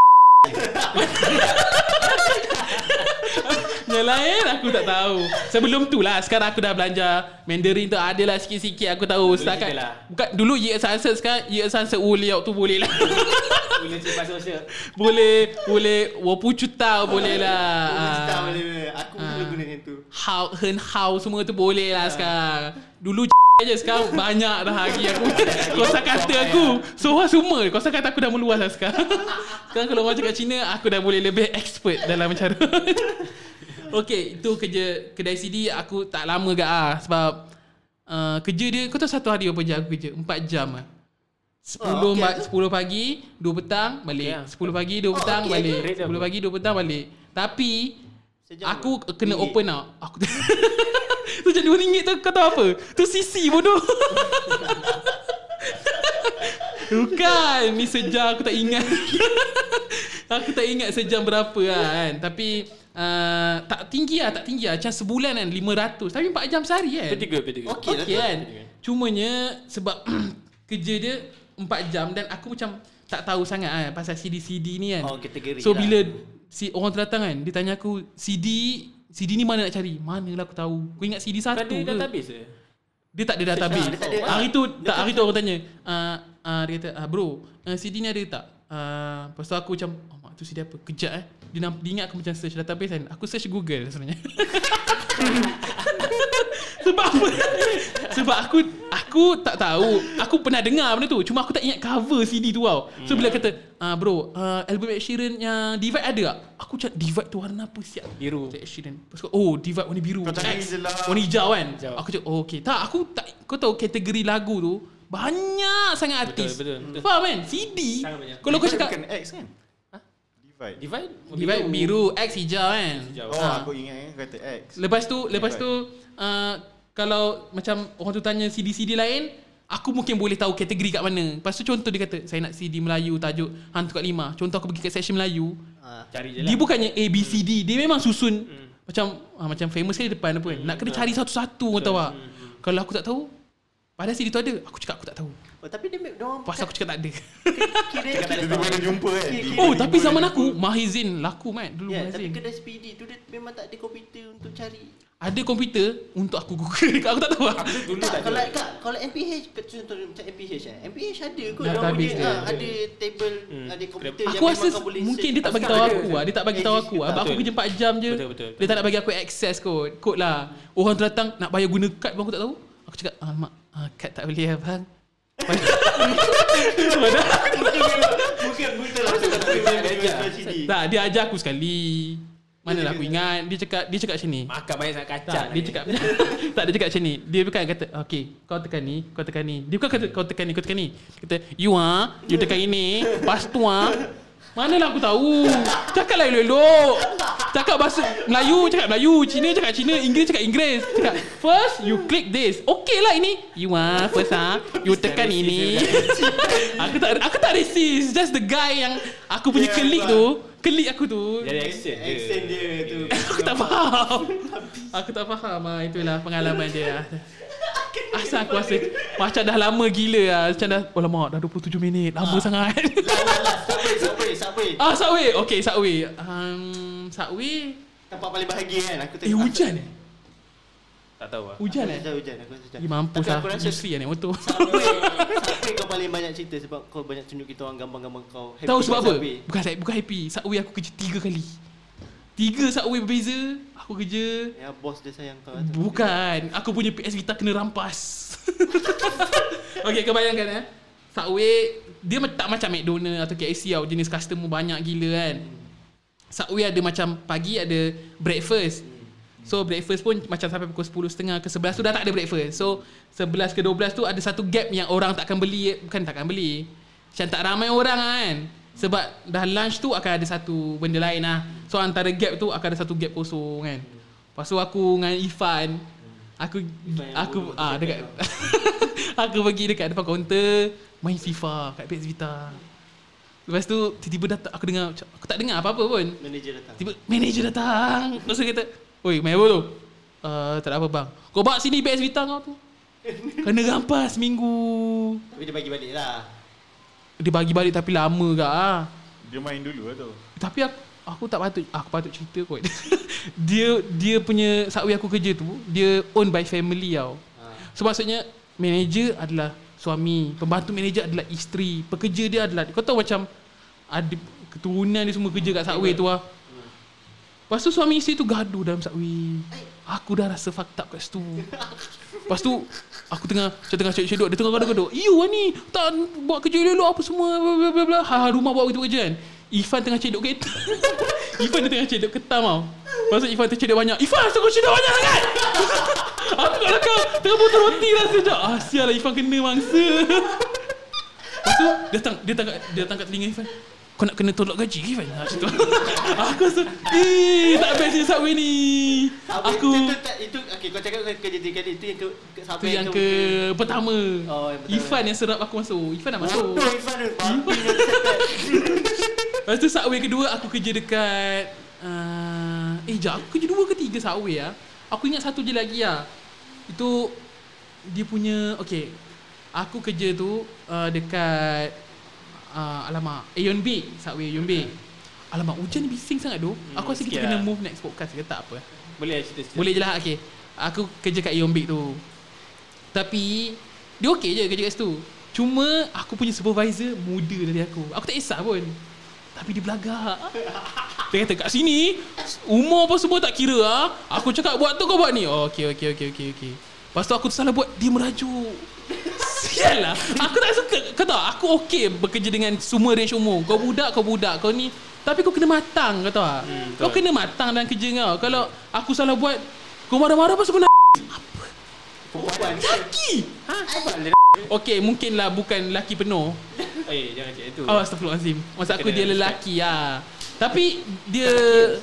[SPEAKER 2] Yang lain aku tak tahu Sebelum tu lah Sekarang aku dah belanja Mandarin tu ada lah sikit-sikit Aku tahu setakat
[SPEAKER 6] kita lah.
[SPEAKER 2] Bukan, Dulu Ye Sunset sekarang Ye Sunset Wu Liao tu boleh lah
[SPEAKER 6] Boleh cepat sosial.
[SPEAKER 2] boleh boleh 我不知道 boleh lah.
[SPEAKER 3] Aku mesti tak
[SPEAKER 2] Ah,
[SPEAKER 3] boleh. Aku pun boleh guna yang tu.
[SPEAKER 2] How hen how semua tu boleh lah sekarang. Dulu je sekarang banyak dah lagi aku. Kosa kata aku. Soha semua. Kosa kata aku dah meluas lah sekarang. Sekarang kalau orang cakap Cina aku dah boleh lebih expert dalam cara. Okay itu kerja kedai CD aku tak lama gak ah sebab uh, kerja dia kau tahu satu hari berapa jam aku kerja? 4 jam ah. 10 oh,
[SPEAKER 3] okay,
[SPEAKER 2] okay. 10 pagi, 2 petang balik.
[SPEAKER 6] Okay, ah.
[SPEAKER 2] 10 pagi, 2 petang
[SPEAKER 3] okay,
[SPEAKER 2] balik.
[SPEAKER 6] okay.
[SPEAKER 2] 10 pagi, 2 petang balik. Tapi
[SPEAKER 3] Sejam lah.
[SPEAKER 2] Aku
[SPEAKER 3] ke?
[SPEAKER 2] kena
[SPEAKER 3] Ringgit.
[SPEAKER 2] open out. Aku tu jadi RM2 tu kau tahu apa? Tu CC bodoh. Bukan Ni sejam aku tak ingat Aku tak ingat sejam berapa lah kan Tapi uh, Tak tinggi lah Tak tinggi lah Macam sebulan kan 500 Tapi 4 jam sehari kan
[SPEAKER 6] Petiga, petiga.
[SPEAKER 3] Okey lah
[SPEAKER 2] Okey
[SPEAKER 3] tu.
[SPEAKER 2] kan Cumanya Sebab kerja dia 4 jam Dan aku macam Tak tahu sangat kan Pasal CD-CD ni kan
[SPEAKER 3] Oh, kategori
[SPEAKER 2] So
[SPEAKER 3] lah.
[SPEAKER 2] bila si, Orang tu datang kan Dia tanya aku CD CD ni mana nak cari Manalah aku tahu Aku ingat CD satu
[SPEAKER 6] Kan
[SPEAKER 2] ke
[SPEAKER 6] dia dah habis eh?
[SPEAKER 2] Dia tak ada database
[SPEAKER 3] lah, tak ada.
[SPEAKER 2] Hari tu tak Hari tu orang tanya uh, uh, Dia kata ah, Bro uh, CD ni ada tak Uh, lepas tu aku macam oh, mak, tu CD apa Kejap eh dia, namp- dia ingat aku macam search database kan Aku search Google sebenarnya Sebab apa Sebab aku Aku tak tahu Aku pernah dengar benda tu Cuma aku tak ingat cover CD tu tau So
[SPEAKER 3] Hmm.
[SPEAKER 2] bila kata ah, Bro uh, Album Ed Sheeran yang Divide ada tak Aku macam Divide tu warna apa siap
[SPEAKER 6] Biru.
[SPEAKER 2] Ed Sheeran Lepas tu, Oh Divide warna biru
[SPEAKER 1] Kau cari
[SPEAKER 2] X.
[SPEAKER 1] je lah.
[SPEAKER 2] Warna hijau kan Aku cakap oh, okay Tak aku tak Kau tahu kategori lagu tu Banyak sangat artis
[SPEAKER 6] betul, betul.
[SPEAKER 2] Faham kan CD
[SPEAKER 6] Sangat banyak.
[SPEAKER 2] Kalau kau cakap Ha?
[SPEAKER 1] Bukan X kan? Divide.
[SPEAKER 6] Divide?
[SPEAKER 2] Divide biru X hijau kan
[SPEAKER 6] Hijau.
[SPEAKER 1] Oh,
[SPEAKER 2] Ah.
[SPEAKER 1] aku ingat kan kau kata X.
[SPEAKER 2] Lepas tu lepas
[SPEAKER 1] Divide.
[SPEAKER 2] tu uh, kalau macam orang tu tanya CD-CD lain, aku mungkin boleh tahu kategori kat mana. Lepas tu contoh dia kata saya nak CD Melayu tajuk Hantu kat lima. Contoh aku pergi kat section Melayu,
[SPEAKER 3] Ah.
[SPEAKER 6] Cari je
[SPEAKER 2] dia
[SPEAKER 6] lah.
[SPEAKER 2] bukannya A B C D, dia memang susun
[SPEAKER 3] Hmm.
[SPEAKER 2] macam ah, macam famous sekali depan apa kan. Nak kena cari satu-satu kau tahu tak?
[SPEAKER 3] Hmm,
[SPEAKER 2] Kalau aku tak tahu, padahal CD tu ada, aku cakap aku tak tahu.
[SPEAKER 3] Oh, tapi dia dia orang
[SPEAKER 2] Pasal aku cakap tak ada.
[SPEAKER 3] kira
[SPEAKER 1] Dia mana jumpa kan?
[SPEAKER 3] Okey,
[SPEAKER 2] oh, tapi zaman aku Mahizin laku mat dulu
[SPEAKER 3] Ya, tapi
[SPEAKER 2] Mahizin.
[SPEAKER 3] kedai speedy tu dia memang tak ada komputer untuk cari.
[SPEAKER 2] Ada komputer untuk aku Google. aku tak tahu. lah.
[SPEAKER 6] Dulu
[SPEAKER 3] tak,
[SPEAKER 6] tak
[SPEAKER 3] kalau
[SPEAKER 6] ada.
[SPEAKER 3] tak, kalau MPH ke- contoh macam MPH eh. MPH ada kot
[SPEAKER 2] Dah
[SPEAKER 3] dia orang
[SPEAKER 2] habis
[SPEAKER 3] punya
[SPEAKER 2] dia.
[SPEAKER 3] ah, ada table, ada komputer
[SPEAKER 2] Hmm. Aku rasa
[SPEAKER 3] memang kau boleh
[SPEAKER 2] mungkin
[SPEAKER 3] search.
[SPEAKER 2] dia tak bagi
[SPEAKER 3] Sekarang
[SPEAKER 2] tahu
[SPEAKER 3] ada.
[SPEAKER 2] aku lah. Dia tak bagi tahu aku. Sebab aku
[SPEAKER 6] Betul.
[SPEAKER 2] kerja 4 jam je.
[SPEAKER 6] Betul, betul, betul.
[SPEAKER 2] Dia tak nak bagi aku access kot. Kod lah. Orang tu datang nak bayar guna kad pun aku tak tahu. Aku cakap, "Alamak, ah, kad tak boleh lah bang."
[SPEAKER 3] Bukan buta lah Bukan buta lah Bukan CD
[SPEAKER 2] tak, dia ajar aku sekali. Mana lah aku ingat. Dia cakap dia cakap macam ni.
[SPEAKER 6] Makan banyak sangat kacang.
[SPEAKER 2] Tak, dia cakap tak dia cakap macam ni. Dia bukan kata, "Okey, kau tekan ni, kau tekan ni." Dia bukan kata kau tekan ni, kau tekan ni. Dia Kata, "You ah, you tekan ini, pas tu ah." Manalah aku tahu. Cakaplah elok-elok. Cakap bahasa Melayu, cakap Melayu, Cina cakap Cina, Inggeris cakap Inggeris. Cakap, "First you click this." Okey lah ini. You ah, first ah, you tekan ini. aku tak aku tak resist. Just the guy yang aku punya
[SPEAKER 1] Yeah,
[SPEAKER 2] klik
[SPEAKER 1] bang.
[SPEAKER 2] tu, klik aku tu.
[SPEAKER 6] Jadi action dia.
[SPEAKER 3] Accent dia tu
[SPEAKER 2] Aku tak faham Aku tak faham ah Itulah pengalaman dia ah. Asal aku rasa Macam dah lama gila lah Macam dah Oh lama dah 27 minit Lama sangat
[SPEAKER 3] Subway Subway Subway
[SPEAKER 2] Ah Subway Okay Subway um, Subway
[SPEAKER 3] Tempat paling bahagia kan Aku
[SPEAKER 2] Eh hujan eh
[SPEAKER 6] Tak tahu lah.
[SPEAKER 2] Hujan eh
[SPEAKER 3] Hujan hujan Aku rasa hujan
[SPEAKER 2] Eh mampus
[SPEAKER 3] Tapi
[SPEAKER 2] lah
[SPEAKER 3] Aku rasa
[SPEAKER 2] Yusri lah naik motor
[SPEAKER 3] Subway Subway kau paling banyak cerita Sebab kau banyak tunjuk kita orang Gambar-gambar kau Happy
[SPEAKER 2] Tahu
[SPEAKER 3] kat
[SPEAKER 2] sebab apa?
[SPEAKER 3] Subway.
[SPEAKER 2] Bukan saya bukan happy Subway aku kerja 3 kali 3 Subway berbeza Aku kerja
[SPEAKER 3] Ya bos dia sayang kau
[SPEAKER 2] Bukan Aku punya PS Vita kena rampas Okay kau bayangkan eh Subway Dia ma- tak macam McDonald atau KFC tau Jenis customer banyak gila kan Subway ada macam Pagi ada breakfast So breakfast pun macam sampai pukul 10.30 ke 11 tu dah tak ada breakfast So 11 ke 12 tu ada satu gap yang orang takkan beli Bukan takkan beli Macam tak ramai orang lah kan Sebab dah lunch tu akan ada satu benda lain lah So antara gap tu akan ada satu gap kosong kan Lepas tu aku dengan Ifan Aku aku ah dekat aku pergi dekat depan kaunter main FIFA kat PS Vita. Lepas tu tiba-tiba datang aku dengar macam- aku tak dengar apa-apa pun.
[SPEAKER 3] Manager datang
[SPEAKER 2] Tiba manager datang. Lepas tu dia kata, "Oi, main apa tu?" Uh, tak ada apa bang. Kau bawa sini PS Vita kau tu. Kena rampas minggu.
[SPEAKER 3] Tapi dia bagi balik lah
[SPEAKER 2] Dia bagi balik tapi lama gak ah.
[SPEAKER 1] Dia main dulu lah tu.
[SPEAKER 2] Tapi aku, aku tak patut aku patut cerita kot. dia dia punya subway aku kerja tu, dia owned by family tau. So maksudnya manager adalah suami, pembantu manager adalah isteri, pekerja dia adalah kau tahu macam ada keturunan dia semua kerja kat subway tu lah. Lepas tu suami isteri tu gaduh dalam subway. Aku dah rasa fucked up kat situ. Lepas tu aku tengah macam tengah cedok-cedok dia tengah gaduh-gaduh. You lah ni tak buat kerja elok apa semua bla bla bla bla. Ha ha, rumah buat gitu kerja kan. Ifan tengah cedok kereta. Ifan dia tengah cedok ketam tau. Lepas tu Ifan tercedok banyak. Ifan kau cedok banyak sangat. aku kat belakang tengah potong roti lah sejak. Ah sial lah Ifan kena mangsa. Lepas tu dia datang dia datang kat, dia datang kat telinga Ifan. Kau nak kena tolak gaji ke Ifan? Ha, macam tu. aku rasa, eh tak best kerja Subway ni. Aku
[SPEAKER 3] itu, itu, tak- itu, okay, kau cakap kau kerja tiga kali itu yang ke, ke
[SPEAKER 2] tu
[SPEAKER 3] sampai
[SPEAKER 2] yang ke pertama.
[SPEAKER 3] Oh, yang pertama.
[SPEAKER 2] Ifan yang serap aku masuk. Ifan dah masuk.
[SPEAKER 3] Bodoh Irfan tu. Babi yang setat.
[SPEAKER 2] Lepas tu Subway kedua aku kerja dekat uh, Eh jap aku kerja dua ke tiga Subway lah Aku ingat satu je lagi lah Itu Dia punya Okay Aku kerja tu uh, Dekat uh, Alamak Aeon Bay Subway Aeon Bay Alamak hujan ni bising sangat tu hmm, Aku rasa kita
[SPEAKER 6] sikit
[SPEAKER 2] kena
[SPEAKER 6] lah.
[SPEAKER 2] move next podcast ke tak apa
[SPEAKER 6] Boleh lah cerita-cerita.
[SPEAKER 2] Boleh je lah okay. Aku kerja kat Aeon Big tu Tapi Dia okay je kerja kat situ Cuma aku punya supervisor muda dari aku Aku tak kisah pun Tapi dia belagak Dia kata kat sini Umur apa semua tak kira ah. Aku cakap buat tu kau buat ni oh, Okay okay okay okay, okay. Lepas tu aku salah buat Dia merajuk Sial lah Aku tak suka Kau tahu Aku okay bekerja dengan Semua range umur Kau budak Kau budak Kau ni Tapi kau kena matang Kau tahu tak hmm, Kau kena matang dalam kerja kau Kalau aku salah buat Kau marah-marah Pasal kau nak
[SPEAKER 3] Perempuan.
[SPEAKER 2] Ki
[SPEAKER 6] Ha? Apa dia?
[SPEAKER 2] Okay mungkinlah Bukan lelaki penuh
[SPEAKER 6] Eh, jangan cakap itu.
[SPEAKER 2] Oh astagfirullahalazim Maksud aku
[SPEAKER 6] Kena
[SPEAKER 2] dia
[SPEAKER 6] respect.
[SPEAKER 2] lelaki lah Tapi Dia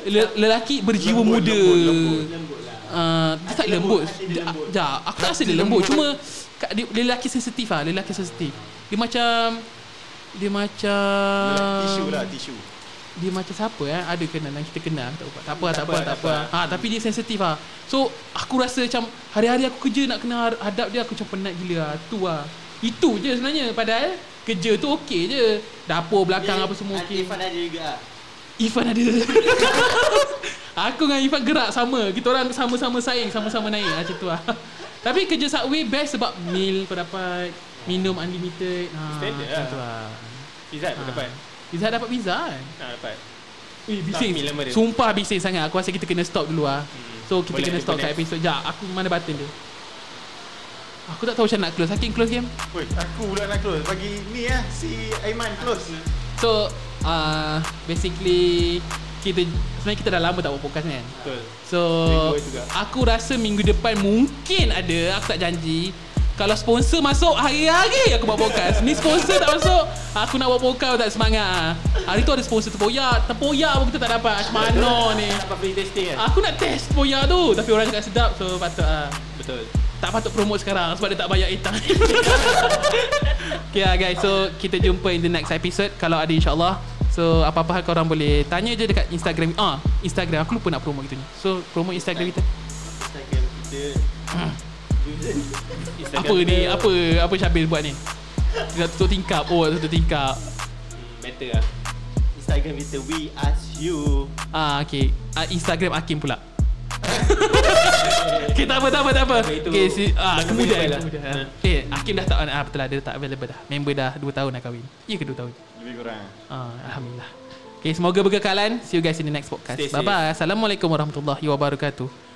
[SPEAKER 2] le- Lelaki berjiwa
[SPEAKER 1] Lembut,
[SPEAKER 2] muda
[SPEAKER 1] lembut, lembut.
[SPEAKER 3] Lembut lah.
[SPEAKER 2] Uh, dia tak lembut.
[SPEAKER 3] lembut, hati dia lembut.
[SPEAKER 2] Sekejap, aku tak rasa dia lembut. Cuma kat- dia, dia lelaki sensitif lah. Dia lelaki sensitif. Dia macam... Dia macam...
[SPEAKER 1] Tisu lah, tisu.
[SPEAKER 2] Dia macam siapa eh? Ada kenalan kita kenal. Tak apa, tak apa, tak apa. Tak apa. Ha, tapi dia sensitif lah. So, aku rasa macam... Hari-hari aku kerja nak kena har- hadap dia. Aku macam penat gila lah. Tu lah. Itu je sebenarnya. Padahal kerja tu okey je. Dapur belakang apa semua okey.
[SPEAKER 3] Irfan ada juga lah.
[SPEAKER 2] Ifan ada Aku dengan Ifan gerak sama Kita orang sama-sama saing Sama-sama naik Macam tu lah Tapi kerja Subway best sebab Meal kau dapat Minum unlimited ha,
[SPEAKER 6] Standard
[SPEAKER 2] macam
[SPEAKER 6] lah.
[SPEAKER 2] tu lah
[SPEAKER 6] Izzat pun dapat.
[SPEAKER 2] Pizza Hut dapat pizza kan
[SPEAKER 6] Ha, dapat.
[SPEAKER 2] Eh
[SPEAKER 6] Tak, meal lama dia.
[SPEAKER 2] Sumpah bising sangat Aku rasa kita kena stop dulu lah So kita
[SPEAKER 6] Hmm. Boleh,
[SPEAKER 2] kena
[SPEAKER 6] kita
[SPEAKER 2] stop kat
[SPEAKER 6] next.
[SPEAKER 2] episode Sekejap aku mana button dia Aku tak tahu macam nak close Hakim close game
[SPEAKER 1] Woi, aku pula nak close. Bagi ni lah, si Aiman close.
[SPEAKER 3] Ah.
[SPEAKER 2] So uh, Basically Kita Sebenarnya kita dah lama tak buat podcast ni kan
[SPEAKER 6] Betul.
[SPEAKER 2] So
[SPEAKER 6] Minggu juga.
[SPEAKER 2] Aku rasa minggu depan mungkin ada Aku tak janji Kalau sponsor masuk Hari-hari aku buat podcast Ni sponsor tak masuk Aku nak buat podcast tak semangat ah. Hari tu ada sponsor terpoyak Terpoyak pun kita tak dapat Macam mana ni Ah.
[SPEAKER 6] Dapat free testing kan?
[SPEAKER 2] Aku nak test terpoyak tu Tapi orang cakap sedap So patut lah
[SPEAKER 6] Betul.
[SPEAKER 2] tak patut promote sekarang sebab dia tak bayar etang. okay lah guys, so kita jumpa in the next episode kalau ada insyaAllah. So apa-apa hal korang boleh tanya je dekat Instagram. Ah, Instagram aku lupa nak promote gitu ni. So promote Instagram kita.
[SPEAKER 3] Instagram kita.
[SPEAKER 6] Instagram
[SPEAKER 2] Apa ni?
[SPEAKER 6] dia,
[SPEAKER 2] Apa apa Syabil buat ni? Dia nak tutup tingkap. Oh, tutup tingkap.
[SPEAKER 6] hmm, Better lah.
[SPEAKER 3] Instagram kita we ask you.
[SPEAKER 2] Ah, okay. Ah, Instagram Akim pula. okay, tak apa, tak apa, tak apa.
[SPEAKER 6] Itu
[SPEAKER 2] Okay, si, ah,
[SPEAKER 6] belum
[SPEAKER 2] kemudian.
[SPEAKER 6] available lah.
[SPEAKER 2] kemudian. Eh, Akim dah tak, ah, betul lah, dia tak available dah. Member dah 2 tahun dah kahwin. Ya ke 2 tahun?
[SPEAKER 1] Lebih kurang.
[SPEAKER 2] Ah, Alhamdulillah. Okay, semoga berkekalan. See you guys in the next podcast.
[SPEAKER 6] Stay safe.
[SPEAKER 2] Bye-bye. Assalamualaikum warahmatullahi wabarakatuh.